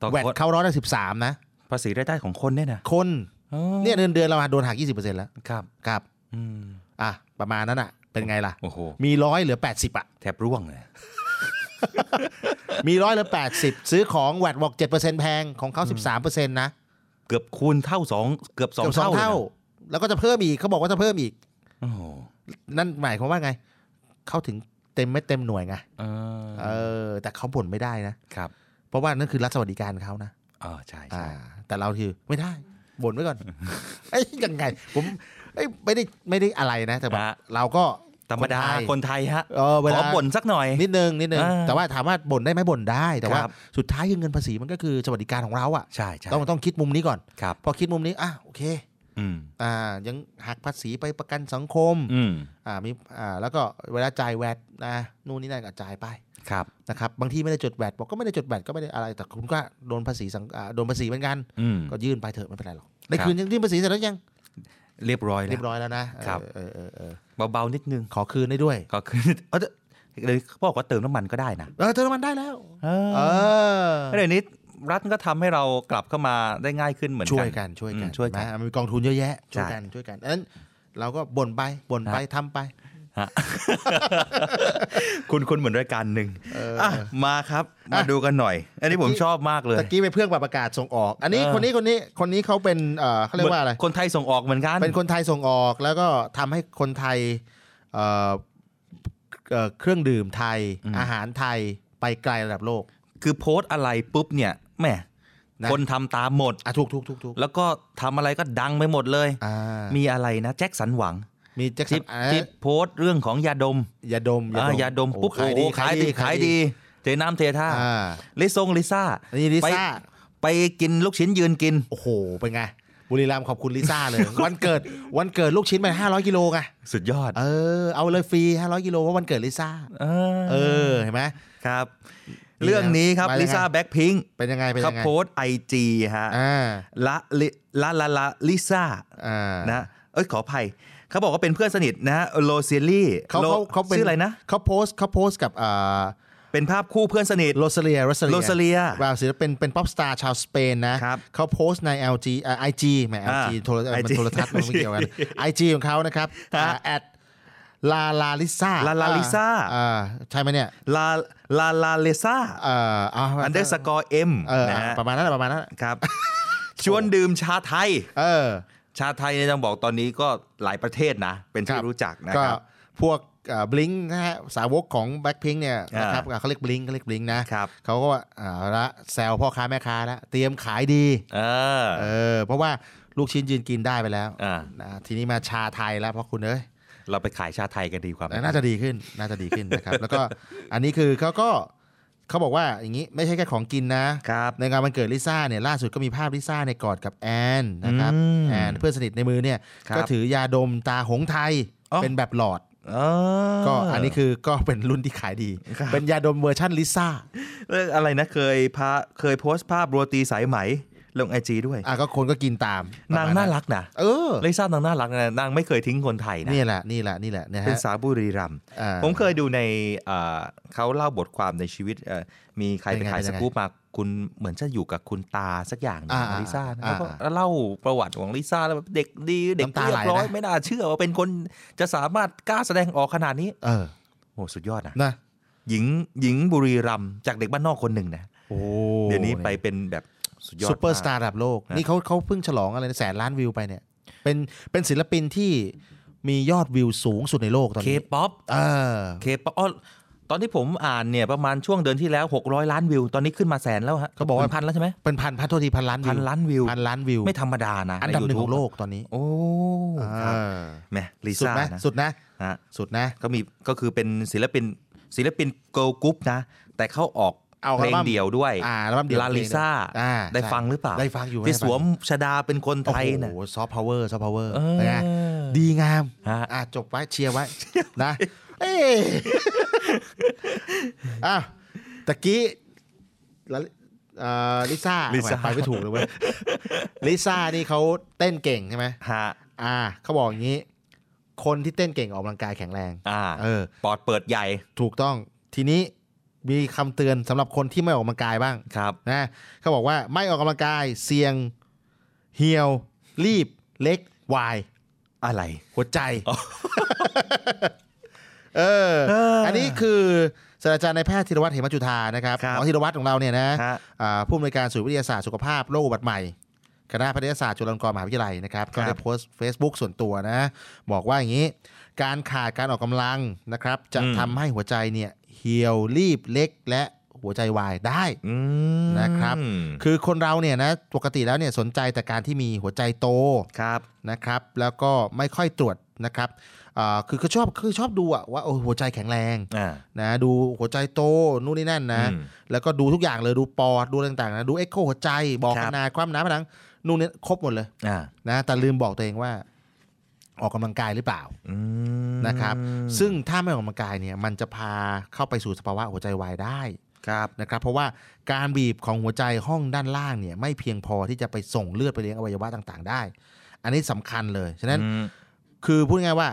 S4: ต่อ
S3: แวด
S4: คน
S3: เขาร้อยละสิบสามนะ
S4: ภาษีรายได้ของคนเนี่ยนะ
S3: คน
S4: อ๋อ
S3: เนี่ยเดือนเดือนเรามาโดนหักยี่สิบเปอร์เซ็นต์แล้ว
S4: ครับ
S3: ครับ
S4: อืม
S3: อ่ะประมาณนั้นอ่ะ เป็นไงล่ะ
S4: โอ้โห
S3: มีร้อยเหลือแปดสิบอ่ะ
S4: แทบร่วงเลย
S3: มีร้อยเหลือแปดสิบซื้อของแวดบอกเจ็ดเปอร์เซ็นต์แพงของเขาสิบสามเปอร์เซ็นต์นะ
S4: เกือบคูณเท่าสองเกือบสอง
S3: กืบ
S4: เท่าเลยนะ
S3: แล้วก็จะเพิ่มอีกเขาบอกว่าจะเพิ่มอีก
S4: โอ้โห
S3: นั่นหมายความว่าไง เขาถึงเต็มไม่เต็มหน่วยไง
S4: เออ
S3: เออ แต่เขาบ่นไม่ได้นะ
S4: ครับ
S3: เพราะว่านั่นคือรัฐสวัสดิการเขานะ
S4: อ่าใช่
S3: อ่า
S4: ใช่
S3: แต่เราคือไม่ได้บ่นไว้ก่อนเอ้ยยังไง ผมเอ้ยไม่ได้ไม่ได้อะไรนะ แต่แบบ
S4: นะ
S3: เราก็
S4: ธรรมดาคนไทยฮะ
S3: เออเว
S4: ข
S3: ลา
S4: อบ่นสักหน่อย
S3: นิดนึงนิดนึง
S4: อ่า
S3: แต่ว่าถามว่าบ่นได้ไหมบ่นได้แต่ว่า
S4: ครับ
S3: สุดท้ายคือเงินภาษีมันก็คือสวัสดิการของเราอ่ะ
S4: ใช่ใช่
S3: ต้องต้องคิดมุมนี้ก่อน
S4: ครับ
S3: พอคิดมุมนี้อ่ะโอเค
S4: อืม
S3: อ่า ยังหักภาษีไปประกันสังคม
S4: อืม
S3: อ่ามีอ่าแล้วก็เวลาจ่ายแวดนะนู่นนี่นั่นก็จ่ายไป
S4: ครับ
S3: นะครับบางทีไม่ได้จดแวดบอกก็ไม่ได้จดแวดก็ไม่ได้อะไรแต่คุณก็โดนภาษีสังอ่าโดนภาษีเหมือนกัน
S4: อืม
S3: ก็ยื่นไปเถอะไม่เป็นไรหรอกใน
S4: ครับ
S3: คืนยังยื่นภาษีเสร็จแล้วยัง
S4: เรียบร้อยแล้ว
S3: เรียบร้อยแล้วนะครับ เออเออเออเออ
S4: เบาๆนิดนึง
S3: ขอคืนได้ด้วย
S4: ก็คือเออ เลยเขาบอกว่าเติมน้ำมันก็ได้นะ
S3: เออเธอมันได้แล้ว
S4: เอ
S3: เออ
S4: เดี๋ยวนี้รัฐก็ทำให้เรากลับเข้ามาได้ง่ายขึ้นเหมือน
S3: ช่ว
S4: กั
S3: ย
S4: น
S3: กันช่วยกัน
S4: อืมช่วยกัน
S3: เห็นไหมมันมีกองทุนเยอะแยะช่
S4: ใช่
S3: วยกันช่วยกันเอ้นเราก็บ่นไปบ่นไป
S4: ฮะ
S3: ทำไป
S4: ฮะ คุณคุณเหมือนรายการหนึ่ง
S3: เออ
S4: อ่ะมาครับมาดูกันหน่อย อันนี้ผมชอบมากเลย
S3: ตะกี้ไปเพื่องปรับประกาศส่งออก อันนี้
S4: เออ
S3: คนนี้คนนี้คนนี้เขาเป็นเอ่อเขาเรียกว่าอะไร
S4: คนไทยส่งออกเหมือนกัน
S3: เป็นคนไทยส่งออกแล้วก็ทำให้คนไทยเอ่อเอ่อเครื่องดื่มไทยอาหารไทยไปไกลระดับโลก
S4: คือโพสต์อะไรปุ๊บเนี่ยแหม
S3: นะ
S4: คนทำตามหมด
S3: อ่ะถูกถูกถูกถูก
S4: แล้วก็ทำอะไรก็ดังไปหมดเลย
S3: อ่ามี
S4: มีอะไรนะแจ็คสันหวัง
S3: มีแจ็คสั
S4: ที่
S3: นอ่ะ
S4: ที่โพสต์เรื่องของยาดม
S3: ยาดม
S4: อ่ายาดม
S3: โอ้
S4: ปุ๊บ
S3: ขาย
S4: โอ้โห
S3: ดี
S4: ขายดีขายดีเทน้ำเทท่า
S3: อ่า
S4: ลิซงลิซ่า
S3: นี่ลิซ่า
S4: ไปไปกินลูกชิ้นยืนกิน
S3: โอ้โห เป็นไง บุรีรัมย์ขอบคุณลิซ่าเลย วันเกิด วันเกิดลูกชิ้นไป500 กิโลไง
S4: สุดยอด
S3: เออ เอาเลยฟรี 500 กิโลเพราะวันเกิดลิซ่า
S4: เออ
S3: เออ เห็นไหม
S4: ครับ
S3: นี่นะ
S4: เรื่องนี้ครับ
S3: มาเลย
S4: ลิซ่า
S3: ครับ
S4: แบ็คพิงค์
S3: เป็นยังไง เป็น
S4: เขา
S3: ยังไง
S4: โพสไอจีฮะ
S3: อ่า
S4: ละลิละละละลิซ่า
S3: อ่า นะ
S4: นะเอ้ยขออภัยเขาบอกว่าเป็นเพื่อนสนิทนะโลเซียลี่
S3: เขาเขาเขาเป็น
S4: ชื่ออะไรนะ
S3: เขาโพสต์เขาโพสต์กับอ่า
S4: เป็นภาพคู่เพื่อนสนิท
S3: โรซาเลียโรซาเลีย
S4: Rosalia
S3: ว่าศิลปินเป็นป๊อปสตาร์ชาวสเปนนะครับ เขาโพสต์ใน LG เอ่อ IG แหม LG
S4: อ่า
S3: โทรเอ่อมัน
S4: IG
S3: โทรทัศน์มันไม่เกี่ ยวกัน IG ของเขานะครับ
S4: ฮะ
S3: แอดลาลาลิซ่า
S4: Lala Lisa
S3: อ่าใช่ไหมเนี่ย
S4: ลาลาลาเลซ่า
S3: เอ่อเา
S4: อันเดอร์สกอร์เอ็ม
S3: เออ
S4: นะ
S3: อ่ะ
S4: ฮะ
S3: ประมาณนั้นแหละประมาณนั้นแหละ
S4: ครับ ชวนดื่มชาไทย
S3: เออ
S4: ชาไทยเนี่ยต้องบอกตอนนี้ก็หลายประเทศนะ เป็น
S3: ค
S4: ที่
S3: รับ
S4: รู้จักนะ
S3: ก็
S4: ครับ
S3: พวกบลิงนะฮะสาวกของแบ็คพิงเนี่ย
S4: อ่าน
S3: นะครับเขาเรียกบลิงเขาเรียกบลิงนะครับ เขาก็ว่าอ่าละแซวพ่อค้าแม่ค้าแล้วเตรียมขายดี
S4: เออ
S3: เออเพราะว่าลูกชิ้นยืนกินได้ไปแล้ว
S4: อ่า
S3: นะทีนี้มาชาไทยแล้วเพราะคุณเอ้ย
S4: เราไปขายชาไทยกันดีกว่าไหม
S3: น่าจะดีขึ้นน่าจะดีขึ้นนะครับ แล้วก็อันนี้คือเขาก็เขาบอกว่าอย่างนี้ไม่ใช่แค่ของกินนะ
S4: ครับ
S3: ในงานวันเกิดลิซ่าเนี่ยล่าสุดก็มีภาพลิซ่าในยกอดกับแอนนะครับ
S4: อืม
S3: แอนเพื่อนสนิทในมือเนี่ย
S4: ครับ
S3: ก็ถือยาดมตาหงไทย
S4: อ๋อ
S3: เป็นแบบหลอด
S4: เออ
S3: ก็อันนี้คือ ก็เป็นรุ่นที่ขายดี
S4: ครับ
S3: เป็นยาดมเวอร์ชั่นลิซ่า
S4: เรื่องอะไรนะเคยพาเคยโพสต์ภาพโรตีสายไหมลงไอจีด้วย
S3: อ่ะก็คนก็กินตาม
S4: นาง
S3: ประมณ
S4: น่ารักนะ
S3: เออ
S4: เลยทราบนางน่ารักนะนางไม่เคยทิ้งคนไทยนะ
S3: นี่แหละนี่แหละนี่แหละนะ
S4: เป็น
S3: ฮะ
S4: สาวบุรีรัมย์
S3: อ่า
S4: ผมเคยดูในเอ่อเขาเล่าบทความในชีวิตเอ่อมีใคร
S3: เป็น
S4: ไป
S3: ไง
S4: ขาย
S3: เป็น
S4: ส
S3: ไง
S4: กู๊ปมาคุณเหมือนจะอยู่กับคุณตาสักอย่างหนึง
S3: อ่า
S4: ของลิซ่านะ
S3: อ่า
S4: แล้วก็
S3: อ่า
S4: เล่าประวัติของลิซ่าแล้วแบบเด็กดีเด็ก
S3: น้ำตา
S4: เรีย
S3: ไหล
S4: บร้อย
S3: นะ
S4: ไม่น่าเชื่อว่าเป็นคนจะสามารถกล้าแสดงออกขนาดนี้
S3: เออ
S4: โอ้สุดยอดนะ
S3: นะ
S4: หญิงหญิงบุรีรัมย์จากเด็กบ้านนอกคนหนึ่งนะ
S3: โอ้
S4: เดี๋ยวนี้ไปเป็นแบบสุดยอด
S3: ซูเปอร์สตาร์ระดับโลก
S4: ะ
S3: นี่เขาเขาเพิ่งฉลองอะไรนะแสนล้านวิวไปเนี่ยเป็นเป็นศิลปินที่มียอดวิวสูงสุดในโลกตอน
S4: เค
S3: นี้
S4: ป๊อป
S3: เออ
S4: เคป๊อปตอนที่ผมอ่านเนี่ยประมาณช่วงเดือนที่แล้ว 600 ล้านวิว ตอนนี้ขึ้นมาแสนแล้วฮะ
S3: เขาบอกว่า
S4: เป็นพันแล้วใช่ไหม
S3: เป็นพันพันโทษทีพันล้านวิว
S4: พันล้านวิว
S3: พันล้านวิว
S4: ไม่ธรรมดานะ
S3: อันดับหนึ่งขอ
S4: ใ YouTube
S3: งโลกตอนนี้
S4: โอ้ครับ
S3: เออ
S4: แหมลิ
S3: สุด
S4: ซ่า
S3: ไหม
S4: นะ
S3: สุดนะ
S4: ฮะ
S3: สุดนะ
S4: ก็มีก็คือเป็นศิลปินศิลปินเกิร์ลกรุ๊ปนะ แต่เขาออก
S3: เอา
S4: เพ
S3: อั
S4: ล
S3: ล
S4: ง
S3: บั้ม
S4: เดี่ยวด้วย
S3: อ่าแล้วเดียว
S4: ลาลิซ่า
S3: อ่
S4: ได้
S3: ใช่
S4: ฟังหรือเปล่า
S3: ได้ฟังอยู่
S4: ที่
S3: ได้
S4: ส
S3: ฟัง
S4: วมชดาเป็นคน
S3: โอ้
S4: ไทยนะ
S3: โหซอฟต์พาวเวอร์ซอฟต์พาวเวอร์
S4: เออ
S3: เป็นไงดีงาม
S4: ฮะ
S3: อ่ะ จบไว้เชียร์ไว้นะเอ้ยอ้าว ตะกี้ละเอ่อลิซ่า
S14: ลิซ่า
S3: ไปไม่ถูกเลยเว้ ยลิซ่านี่เขาเต้นเก่งใช่ไหม
S4: ฮะ
S3: อ่าเขาบอกอย่างนี้ คนที่เต้นเก่งออกกำลังกายแข็งแรง
S4: อ่า
S3: เออ
S4: ปอดเปิดใหญ่
S3: ถูกต้องทีนี้มีคำเตือนสำหรับคนที่ไม่ออกกำลังกายบ้าง
S4: ครับ
S3: นะเขาบอกว่าไม่ออกกำลังกายเสี่ยงเหี่ยว รีบ เล็กวาย
S4: อะไร
S3: หัวใจ เออ อันนี้คือศาสตราจารย์นายแพทย์ธีรวัตรเหมจุธานะครับหมอธีรวัตรของเราเนี่ยนะอ่าผู้อำนวยการศูนย์วิทยาศาสตร์สุขภาพโรคอุบัติใหม่ คณะแพทยศาสตร์จุฬาลงกรณ์มหาวิทยาลัยนะครับ ก็ได้โพสต์ Facebook ส่วนตัวนะ บอกว่าอย่างนี้ การขาดการออกกำลังนะครับ จะ
S14: อืม
S3: ทำให้หัวใจเนี่ยเหี่ยวรีบเล็กและหัวใจวายได้นะครับ คือคนเราเนี่ยนะปกติแล้วเนี่ยสนใจแต่การที่มีหัวใจโตนะครับ แล้วก็ไม่ค่อยตรวจนะครับอ่าคือก็ชอบคือชอบดูอะว่าโอ้หัวใจแข็งแรงนะดูหัวใจโตนู่นนี่นั่นนะ
S14: อืม
S3: แล้วก็ดูทุกอย่างเลยดูปอดดูอะไรต่างๆนะดูเอ็กโคหัวใจบอกขนาดความหน้ำผนังนู่นนี่ครบหมดเลย
S4: อ่า
S3: นะแต่ลืมบอกตัวเองว่า ออกกำลังกายหรือเปล่านะครับ ซึ่งถ้าไม่ออกกำลังกายเนี่ยมันจะพาเข้าไปสู่สภาวะหัวใจวายได้นะครับ เพราะว่าการบีบของหัวใจห้องด้านล่างเนี่ยไม่เพียงพอที่จะไปส่งเลือดไปเลี้ยงอวัยวะต่างๆ ได้ อันนี้สำคัญเลย ฉะนั้นคือพูดง่ายๆว่า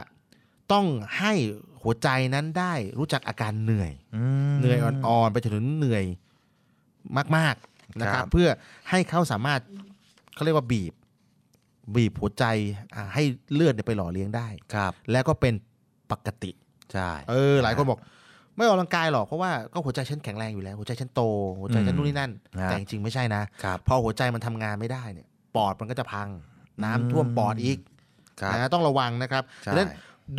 S3: ต้องให้หัวใจนั้นได้รู้จักอาการเหนื่อย เหนื่อยอ่อนๆไปจนถึงเหนื่อยมากๆนะค
S14: ครั
S3: รับ
S14: บ
S3: เพื่อให้เขาสามารถเขาเรียกว่าบีบ บีบหัวใจอ่าให้เลือดเนี่ยไปหล่อเลี้ยงได้แล้วก็เป็นปกติ
S4: ใช่
S3: เออ หลายคนบอก ไม่ออกกำลังกายหรอกเพราะว่าก็หัวใจฉันแข็งแรงอยู่แล้ว หัวใจฉันโต หัวใจฉันนู่นนี่นั่น
S14: ฮะ
S3: แต่จริงๆไม่ใช่นะพอหัวใจมันทำงานไม่ได้เนี่ย ปอดมันก็จะพัง น้ำท่วมปอดอีกนะต้องระวังนะครับ
S14: ใช่
S3: ดังนั้น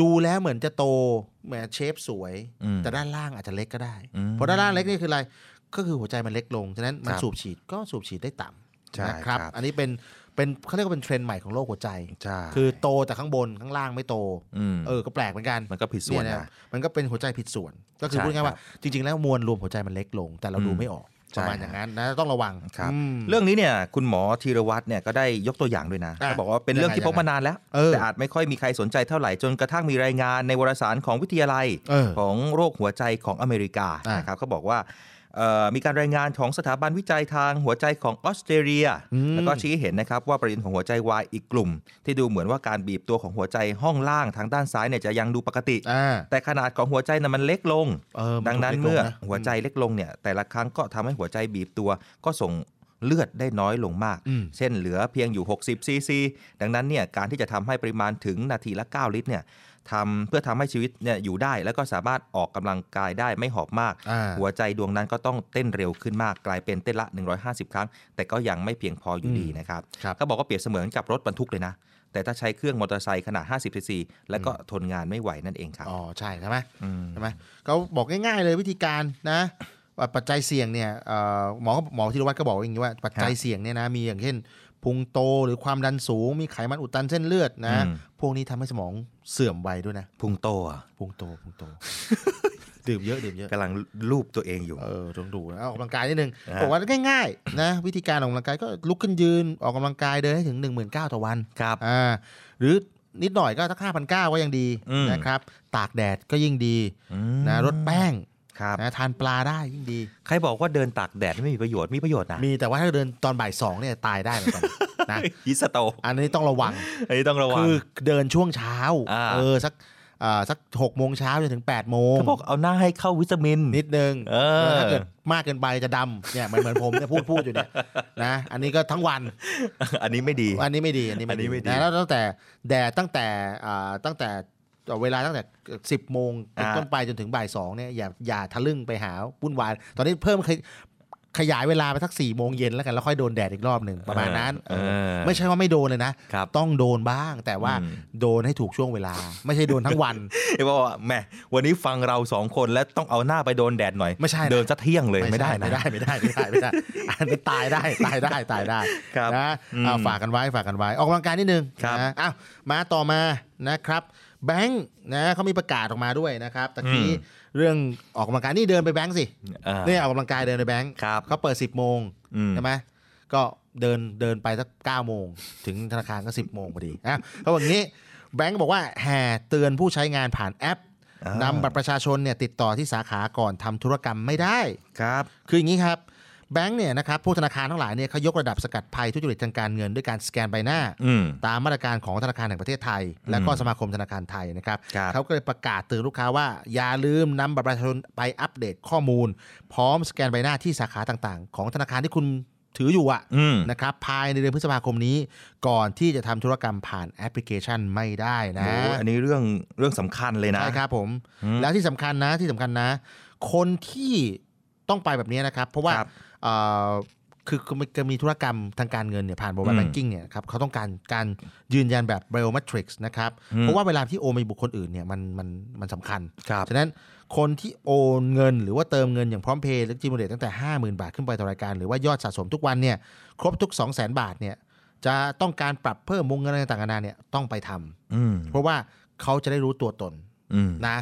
S3: ดูแล้วเหมือนจะโตแหมเชฟสวย
S14: อืม
S3: แต่ด้านล่างอาจจะเล็กก็ได้ เพราะด้านล่างเล็กนี่คืออะไร ก็คือหัวใจมันเล็กลง ฉะนั้นมัน
S14: ครับ
S3: สูบฉีดก็สูบฉีดได้ต่
S14: ใช่
S3: ำนะครับ
S14: ครับ
S3: อันนี้เป็นเป็นเขาเรียกว่าเป็นเทรนด์ใหม่ของโรคหัวใจ
S4: ใช่
S3: คือโตแต่ข้างบนข้างล่างไม่โต
S4: อืม
S3: เออ ก็แปลกเหมือนกัน
S4: มันก็ผิดส่วน
S3: เย
S4: นะ
S3: มันก็เป็นหัวใจผิดส่วน ก็คือ
S4: ใช่
S3: พูดง่ายๆว่า จริง ๆ แล้วมวลรวมหัวใจมันเล็กลง แต่เราดู
S4: อืม
S3: ไม่ออกป
S4: ใช่
S3: ระมาณอย่างนั้นนะต้องระวัง
S4: ครับเรื่องนี้เนี่ยคุณหมอธีรวัตรเนี่ยก็ได้ยกตัวอย่างด้วยนะ
S3: อ่ะ
S4: เขาบอกว่าเป็นเรื่องที่
S3: ยังไง
S4: พบมานานแล้ว
S3: เออ
S4: แต่อาจไม่ค่อยมีใครสนใจเท่าไหร่จนกระทั่งมีรายงานในวารสารของวิทยาลัย
S3: เออ
S4: ของโรคหัวใจของอเมริกานะครับเขาบอกว่าเอ่อมีการรายงานของสถาบันวิจัยทางหัวใจของออสเตรเลีย
S14: อืม
S4: แล้วก็ชี้เห็นนะครับว่าประเด็นของหัวใจวายอีกกลุ่ม ที่ดูเหมือนว่าการบีบตัวของหัวใจห้องล่างทางด้านซ้ายเนี่ยจะยังดูปกติ แต่ขนาดของหัวใจน่ะมันเล็กลง
S3: มัน
S4: ดังนั้น
S3: เล็กลง
S4: เมื่อ
S3: นะ
S4: หัวใจเล็กลงเนี่ยแต่ละครั้งก็ทำให้หัวใจบีบตัวก็ส่งเลือดได้น้อยลงมาก
S14: อืม
S4: เช่นเหลือเพียงอยู่ 60 ซีซี ดังนั้นเนี่ยการที่จะทำให้ปริมาณถึงนาทีละ 9 ลิตรเนี่ยทำเพื่อทำให้ชีวิตเนี่ยอยู่ได้ แล้วก็สามารถออกกำลังกายได้ไม่หอบมาก
S14: อ่า
S4: หัวใจดวงนั้นก็ต้องเต้นเร็วขึ้นมาก กลายเป็นเต้นละ 150 ครั้ง แต่ก็ยังไม่เพียงพออยู่ดีนะครับก็บอกว่าเปรียบเสมือนกับรถบรรทุกเลยนะ แต่ถ้าใช้เครื่องมอเตอร์ไซค์ขนาด 50ซีซีแล้วก็ทนงานไม่ไหวนั่นเองครับ
S3: อ๋อใช่ใช่ไหม ใช่ไหมเขาบอกง่ายๆเลยวิธีการนะว่าปัจจัยเสี่ยงเนี่ยเอ่อหมอหมอธีรวัตรก็บอกอย่างนี้ว่าปัจจัยเสี่ยงเนี่ยนะมีอย่างเช่นพุงโตหรือความดันสูง มีไขมันอุดตันเส้นเลือดนะ
S4: อืม
S3: พวกนี้ทำให้สมองเสื่อมไวด้วยนะ
S4: พุงโตอ่ะ
S3: พุงโตพุงโต ดื่มเยอะดื่มเยอะ
S4: กำลังรูปตัวเองอยู่
S3: เออต้องดูนะออกกำลังกายนิดนึง
S4: อ่า
S3: บอกว่าง่ายๆ นะวิธีการออกกำลังกายก็ลุกขึ้นยืนออกกำลังกายเดินให้ถึง 1 9 0 0 0ต่อวัน
S4: ครับ
S3: อ่าหรือนิดหน่อยก็สักห้าพันเก้าก็ยังดีนะครับ ตากแดดก็ยิ่งดีนะลดแป้งนะทานปลาได้ยิ่งดี
S4: ใครบอกว่าเดินตากแดดไม่มีประโยชน์มีประโยชน์นะ
S3: มีแต่ว่าถ้าเดินตอนบ่ายสองเนี่ยตายได้เหมือนกัน นะ
S4: ฮิสโต
S3: อันนี้ต้องระวัง
S4: อันนี้ต้องระวัง
S3: คือเดินช่วงเช้า
S4: อ่า
S3: เออสักอ่าสักหกโมงเช้าจนถึง8ปดโมง
S4: เขาบอกเอาหน้าให้เข้าวิตามิน
S3: นิดนึง
S4: เออ
S3: แล้วถ้าเกิดมากเกินไปจะดำเนี่ยเหมือนเหมือนผมเนี่ยพูดพูดอยู่เนี่ยนะอันนี้ก็ทั้งวัน
S4: อันนี้ไม่ดี
S3: อันนี้ไม่ดีอันนี้
S4: อันนี้ไม่
S3: ไม่
S4: ดี
S3: ดีนะแล้วตั้งแต่แดดตั้งแต่อ่าตั้งแต่เวลาตั้งแต่ 10โมงเป็น
S4: อ่า
S3: ต้นไปจนถึงบ่ายสองเนี่ยอย่าอย่าทะลึ่งไปหาวุ่นวายตอนนี้เพิ่มขยขยายเวลาไปสัก4ี่โมงเย็นแล้วกันแล้วค่อยโดนแดดอีกรอบหนึ่งประมาณนั้น
S4: เออ
S3: ไม่ใช่ว่าไม่โดนเลยนะ ต้องโดนบ้าง แต่ว่า
S4: อืม
S3: โดนให้ถูกช่วงเวลา ไม่ใช่โดนทั้งวัน
S4: เอ้ยบอกว่าแหมวันนี้ฟังเราสองคนแล้วต้องเอาหน้าไปโดนแดดหน่อย ไม่ใช่เดินจะเที่ยงเลยไม่ได้นะ
S3: ไม่ได้ไม่ได้ไม่ได้ไม่ได้ อันนี้ตายได้ตายได้ตายได้นะอ่าฝากกันไว้ฝากกันไว้ ออกกำลังกายนิดนึงนะอ้าวมาต่อมานะครับ แบงค์นะเขามีประกาศออกมาด้วยนะครับตะกี้
S14: อืม
S3: เรื่องออกกำลังกายนี่เดินไปแบงค์สิ
S4: เออ
S3: นี่ออกกำลังกายเดินไปแบงค์เขาเปิด 10บโมงใช่ไหมก็เดินเดินไปสัก9ก้าโมงถึงธนาคารก็ 10บโมงพอดีนะเขาบอกงี้แบงค์บอกว่าแห่เตือนผู้ใช้งานผ่านแอป นำบัตรประชาชนเนี่ยติดต่อที่สาขาก่อนทำธุรกรรมไม่ได้
S4: ครับ
S3: คืออย่างนี้ครับแบงก์เนี่ยนะครับผู้ธนาคารทั้งหลายเนี่ยเขายกระดับสกัดภัยทุจริตทางการเงินด้วยการสแกนใบหน้า
S4: อืม
S3: ตามมาตรการของธนาคารแห่งประเทศไทย และก็
S4: อืม
S3: สมาคมธนาคารไทยนะครับ
S4: ครับ
S3: เขาก็เลยประกาศเตือนลูกค้าว่า อย่าลืมนำบัตรประชาชนไปอัปเดตข้อมูล พร้อมสแกนใบหน้าที่สาขาต่างๆ ของธนาคารที่คุณถืออยู่อะ
S4: อืม
S3: นะครับภายในเดือนพฤษภาคมนี้ ก่อนที่จะทำธุรกรรมผ่านแอปพลิเคชันไม่ได้นะ
S4: โอ้ยอันนี้เรื่องเรื่องสำคัญเลยนะ
S3: ใช่ครับผม แล้วที่สำคัญนะที่สำคัญนะ คนที่ต้องไปแบบนี้นะครับ เพราะว่าเอ่อคือคือมันจะมีธุรกรรมทางการเงินเนี่ยผ่านโมบาย
S4: อืม
S3: แบงกิ้งเนี่ยนะครับเขาต้องการการยืนยันแบบเบลมัทริกซ์นะครับ
S4: อืม
S3: เพราะว่าเวลาที่โอนไปบุคคลอื่นเนี่ยมันมันมันสำคัญ ฉะนั้นคนที่โอนเงินหรือว่าเติมเงินอย่างพร้อมเพย์หรือจีโมเดตตั้งแต่ 50,000 บาทขึ้นไปต่อรายการหรือว่ายอดสะสมทุกวันเนี่ยครบทุก 200,000 บาทเนี่ยจะต้องการปรับเพิ่มวงเงินอะไรต่างๆนานาเนี่ยต้องไปทำ
S4: อืม
S3: เพราะว่าเขาจะได้รู้ตัวตน
S4: อืม
S3: นะ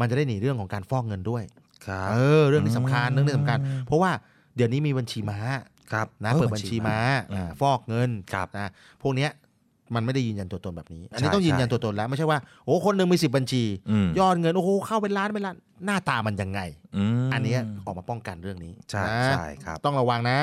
S3: มันจะได้หนีเรื่องของการฟอกเงินด้วย
S4: ครับ
S3: เออเรื่องนี้สำคัญเรื่องนี้สำคัญ เพราะว่าเดี๋ยวนี้มีบัญชีม้า
S4: ครับ
S3: นะ
S4: เออ
S3: เปิดบัญชีม้า
S4: บัญชีม้า
S3: อ่าฟอกเงินนะพวกเนี้ยมันไม่ได้ยืนยันตัวตนแบบนี้ อันนี้
S4: ใช่
S3: ต้องยืนยันตัวตนแล้วไม่ใช่ว่าโอ้คนหนึ่งมีสิบบัญชี
S4: อืม
S3: ยอดเงินโอ้โหเข้าเป็นล้านเป็นล้านหน้าตามันยังไง
S4: ม
S3: อันเนี้ยออกมาป้องกันเรื่องนี้
S4: ใช่
S3: นะ
S4: ใช่ครับ
S3: ต้องระวังนะ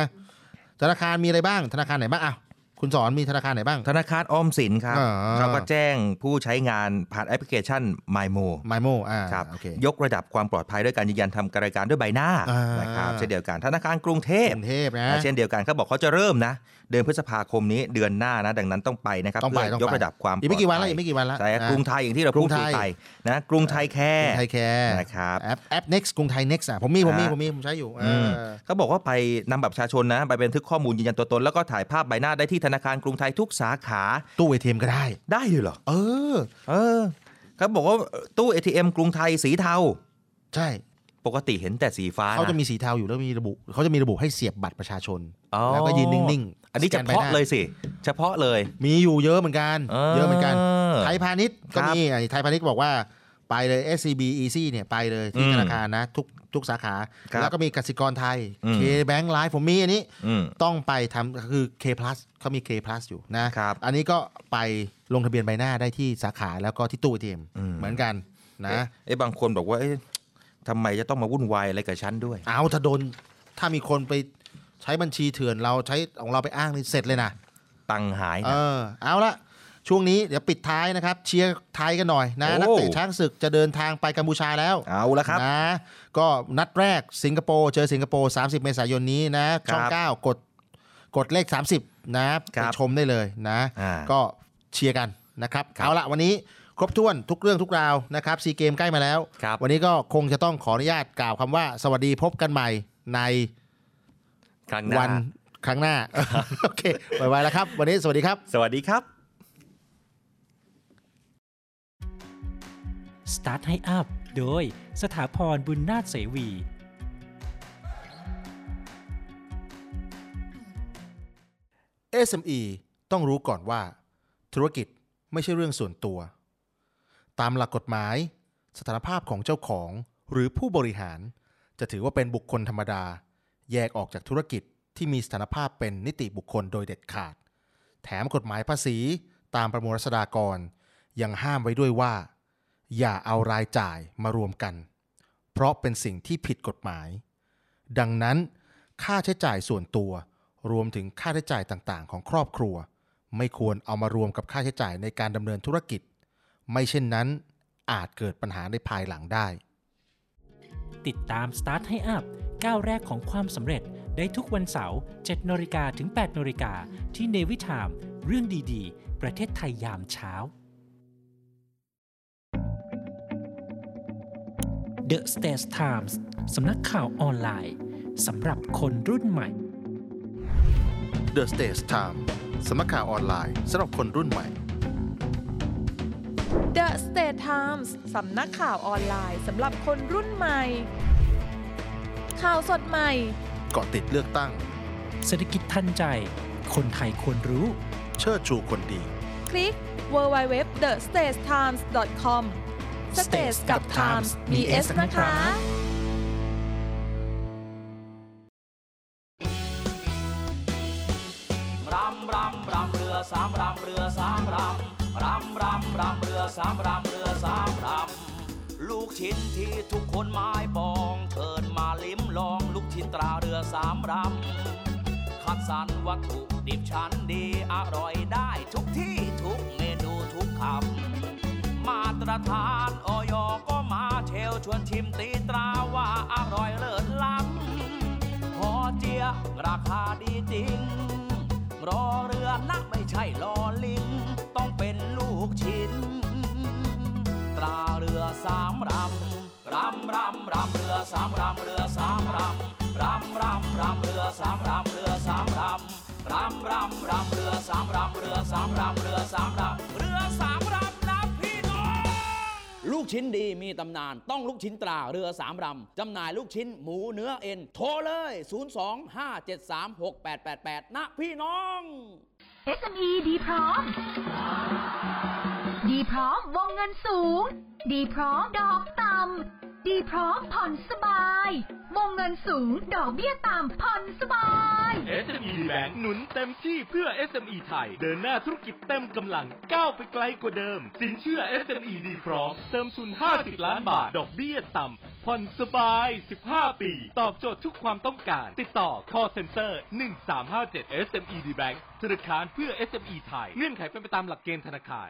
S3: ธนาคารมีอะไรบ้าง ธนาคารไหนบ้างอ้าวคุณสอนมีธนาคารไหนบ้าง
S4: ธนาคารออมสินครับ
S3: อ่า
S4: เขาก็แจ้งผู้ใช้งานผ่านแอปพลิเคชัน MyMo
S3: MyMo
S4: ครับยกระดับความปลอดภัยด้วยการยืนยันทำการรายการด้วยใบหน้า
S3: อ่าน
S4: นะครับเช่นเดียวกันธนาคารกรุงเทพ
S3: กรุงเทพนะ
S4: เช่นเดียวกันเขาบอกเขาจะเริ่มนะ เดือนพฤษภาคมนี้เดือนหน้านะ ดังนั้นต้องไปนะครับ
S3: ต้องไป
S4: เพื่
S3: ต้อง
S4: ย
S3: ไป
S4: กระดับความ
S3: อีกไม่กี่วันละ
S4: ปดภัย
S3: อีกไม่กี่วันละ
S4: ใช่ครับ
S3: นะ
S4: กรุงไทยอย่างที่เรา
S3: กรุ
S4: พูด
S3: งไทย
S4: ไปนะกรุงไทยแคร์
S3: ไทยแคร์
S4: นะครับ
S3: แอปแอป next กรุงไทย next อ่ะผมมีผมมี
S4: ฮะ
S3: ผมมี ผมใช้อยู่เอ
S4: อืม
S3: อ
S4: เขาบอกว่าไปนำบัตรประชาชนนะไปบันทึกข้อมูลยืนยันตัวตน แล้วก็ถ่ายภาพใบหน้าได้ที่ธนาคารกรุงไทยทุกสาขา
S3: ตู้ ATM ก็ได้
S4: ได้เลยเหรอ
S3: เออ
S4: เออเขาบอกว่าตู้ ATM กรุงไทยสีเทา
S3: ใช่
S4: ปกติเห็นแต่สีฟ้า
S3: เขาจะ
S4: น
S3: มีสีเทาอยู่แล้วมีระบุเขาจะมีระบุให้เสียบบัตรประชาชน
S4: อ๋อ
S3: แล้วก็ยืนนิ่งๆ
S4: อันนี้
S3: สแก
S4: เฉ
S3: ใบห
S4: พาะเลยสิ เฉพาะเลย
S3: มีอยู่เยอะเหมือนกัน
S4: เออ
S3: เยอะเหมือนกัน ไทยพาณิชย์ก็
S4: ครับ
S3: มีอ่ะไทยพาณิชย์บอกว่าไปเลย SCB Easy เนี่ยไปเลยที่
S4: อืม
S3: ธนาคารนะ ทุกทุกสาขา
S4: ครับ
S3: แล้วก็มีกสิกรไทย
S4: อืม
S3: K-Bank Live ผมมีอันนี้
S4: อืม
S3: ต้องไปทำคือ K plus เขามี K plus อยู่นะครับ อันนี้ก็ไปลงทะเบียนใบหน้าได้ที่สาขาแล้วก็ที่ตู้ ATM
S4: อืม
S3: เหมือนกันนะ
S4: เอ้บางคนบอกว่าเอ๊ะทำไมจะต้องมาวุ่นวายอะไรกับฉันด้วย
S3: เอาถ้าโดนถ้ามีคนไปใช้บัญชีเถื่อนเราใช้ของเราไปอ้างนี่เสร็จเลยนะ
S4: ตังค์หาย
S3: เอ
S4: นะ
S3: อ เอาละช่วงนี้เดี๋ยวปิดท้ายนะครับ เชียร์ไทยกันหน่อยนะ
S4: โอ้
S3: นักเตะช้างศึกจะเดินทางไปกัมพูชาแล้ว
S4: เอาละครับ
S3: นะก็นัดแรกสิงคโปร์เจอสิงคโปร์ 30 เมษายนนี้นะ ช่อง
S4: ครับ
S3: 9 กดกดเลข 30 นะไปชมได้เลยนะ
S4: อ่า
S3: ก็เชียร์กันนะครับเอาละวันนี้ครบถ้วนทุกเรื่องทุกราวนะครับซีเกมใกล้มาแล้ว วันนี้ก็คงจะต้องขออนุญาตกล่าวคำว่า สวัสดีพบกันใหม่ใน
S4: ครั้งหน้า
S3: วันครั้งหน้า โอเคไว้ๆแล้วครับ วันนี้สวัสดีครับ
S4: สวัสดีครับ
S12: Start ให้อัพโดยสถาพรบุญนาถเสวี
S3: เอ SME ต้องรู้ก่อนว่า ธุรกิจไม่ใช่เรื่องส่วนตัว ตามหลักกฎหมาย สถานภาพของเจ้าของหรือผู้บริหาร จะถือว่าเป็นบุคคลธรรมดา แยกออกจากธุรกิจที่มีสถานภาพเป็นนิติบุคคลโดยเด็ดขาด แถมกฎหมายภาษีตามประมวลรัษฎากร ยังห้ามไว้ด้วยว่า อย่าเอารายจ่ายมารวมกัน เพราะเป็นสิ่งที่ผิดกฎหมาย ดังนั้น ค่าใช้จ่ายส่วนตัว รวมถึงค่าใช้จ่ายต่างๆ ของครอบครัว ไม่ควรเอามารวมกับค่าใช้จ่ายในการดำเนินธุรกิจ ไม่เช่นนั้น อาจเกิดปัญหาในภายหลังได้
S12: ติดตาม Start ให้อัพก้าวแรกของความสำเร็จได้ทุกวันเสาร์7นาฬิกาถึง8นาฬิกาที่เนวิทามเรื่องดีๆ ประเทศไทยยามเช้า The States Times สำนักข่าวออนไลน์สำหรับคนรุ่นใหม่
S3: The Stage Time สมัครข่าวออนไลน์สำหรับคนรุ่นใหม่
S11: The State Times สำนักข่าวออนไลน์สำหรับคนรุ่นใหม่ ข่าวสดใหม่
S3: เกาะติดเลือกตั้ง
S12: เศรษฐกิจทันใจ คนไทยควรรู้
S3: เชิดชูคนดี
S11: คลิก www.thestagetimes.com States กับ Times มี S นะคะ
S14: รำรำรำเรือสามรำเรือสามรำรำรำรำเรือสามรำเรือสามรำ ลูกชิ้นที่ทุกคนหมายปองเชิญมาลิ้มลองลูกชิ้นตราเรือสามรำคัดสรรวัตถุดิบชั้นดีอร่อยได้ทุกที่ทุกเมนูทุกคำมาตรฐานออยก็มาเชลชวนชิมตีตราว่าอร่อยเลิศล้ำหอเจียราคาดีจริง รอเรือนะไม่ใช่ลอลิง ต้องเป็นลูกชิ้น ตราเรือสามรำรำรำรำเรือสามรำเรือสามรำรำรำรำเรือสามรำเรือสามรำรำรำรำเรือสามรำเรือสามรำเรือสามรำเรือสามรำนะพี่น้อง
S13: ลูกชิ้นดีมีตำนานต้องลูกชิ้นตราเรือสามรำจำหน่ายลูกชิ้นหมูเนื้อเอ็น โทรเลย 025736888 นะพี่น้อง
S9: SME ดีพร้อม ดีพร้อมวงเงินสูง ดีพร้อมดอกต่ำ ดีพร้อมผ่อนสบาย วงเงินสูงดอกเบี้ยต่ำผ่อนสบาย
S10: SME Bank หนุนเต็มที่เพื่อ SME ไทย เดินหน้าธุรกิจเต็มกำลังก้าวไปไกลกว่าเดิม สินเชื่อ SME ดีพร้อมเติมทุน 50 ล้านบาท ดอกเบี้ยต่ำผ่อนสบาย 15 ปี ตอบโจทย์ทุกความต้องการ ติดต่อ call center 1357 SME D Bank ธนาคารเพื่อ SME ไทย เงื่อนไขเป็นไปตามหลักเกณฑ์ธนาคาร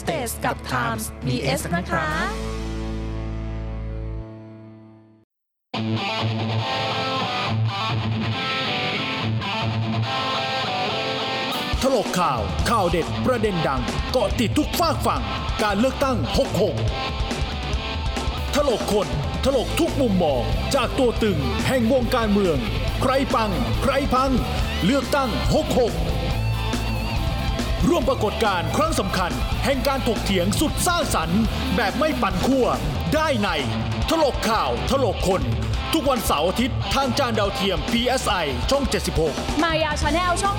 S11: States กับ Times มี S นะคะ
S15: ถลกข่าว ข่าวเด็ดประเด็นดังเกาะติดทุกฝากฝั่ง การเลือกตั้ง 66 ถลกคน ถลกทุกมุมมอง จากตัวตึงแห่งวงการเมือง ใครปัง ใครพัง เลือกตั้ง 66 ร่วมปรากฏการณ์ครั้งสำคัญ แห่งการถกเถียงสุดสร้างสรรค์ แบบไม่ปั่นขั้วได้ใน ถลกข่าว ถลกคน ทุกวันเสาร์อาทิตย์ทางจานดาวเทียม PSI ช่อง 76
S16: มายาชาแนลช่อง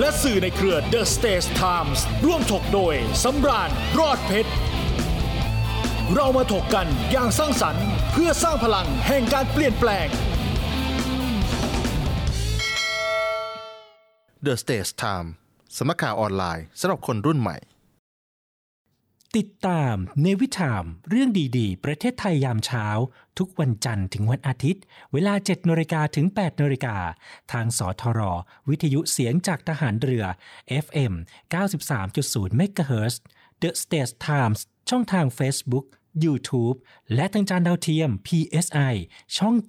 S15: และสื่อในเครือ The States Times ร่วมถกโดยสำราญรอดเพชร เรามาถกกันอย่างสร้างสรรค์ เพื่อสร้างพลังแห่งการเปลี่ยนแปลง
S3: The Stage Time สำนักข่าวออนไลน์สำหรับคนรุ่นใหม่
S12: ติดตามเนวิทามเรื่องดีๆ ประเทศไทยยามเช้า ทุกวันจันทร์ถึงวันอาทิตย์ เวลา 7นาฬิกาถึง8นาฬิกาทางสทร วิทยุเสียงจากทหารเรือ FM 93.0 MHz The States Times ช่องทาง Facebook YouTube และทางจานดาวเทียม PSI ช่อง 76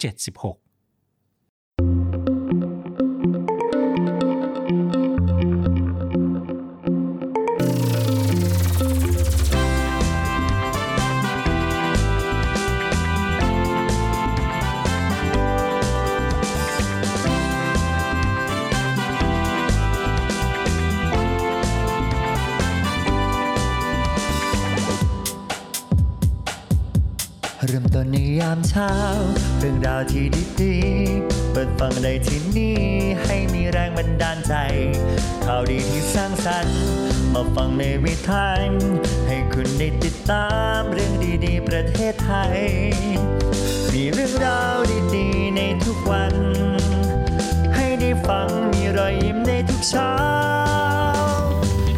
S1: เริ่มต้นในยามเช้า เรื่องราวที่ดีๆเปิดฟังได้ที่นี่ให้มีแรงบันดาลใจ ข่าวดีที่สร้างสรรค์ มาฟังในวิถีให้คุณได้ติดตามเรื่องดีๆ ประเทศไทย มีเรื่องราวดีๆ ในทุกวัน ให้ได้ฟังมีรอยยิ้มในทุกเช้า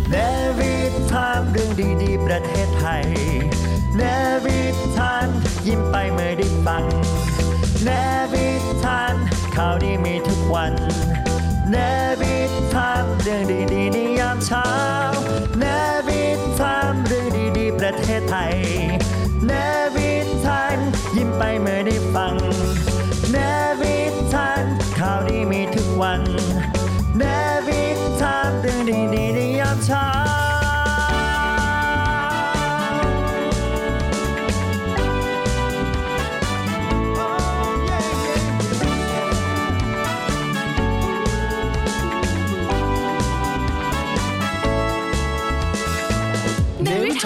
S1: เนวิทามเรื่องดีๆ ประเทศไทย เนวิทามยิ้มไปเมื่อได้ฟัง เนวิทามข่าวดีมีทุกวัน เนวิทามเรื่องดีๆในยามเช้า เนวิทามเรื่องดีๆ ประเทศไทย เนวิทามยิ้มไปเมื่อได้ฟัง เนวิทามข่าวดีมีทุกวัน เนวิทามเรื่องดีๆในยามเช้า
S3: เนวิช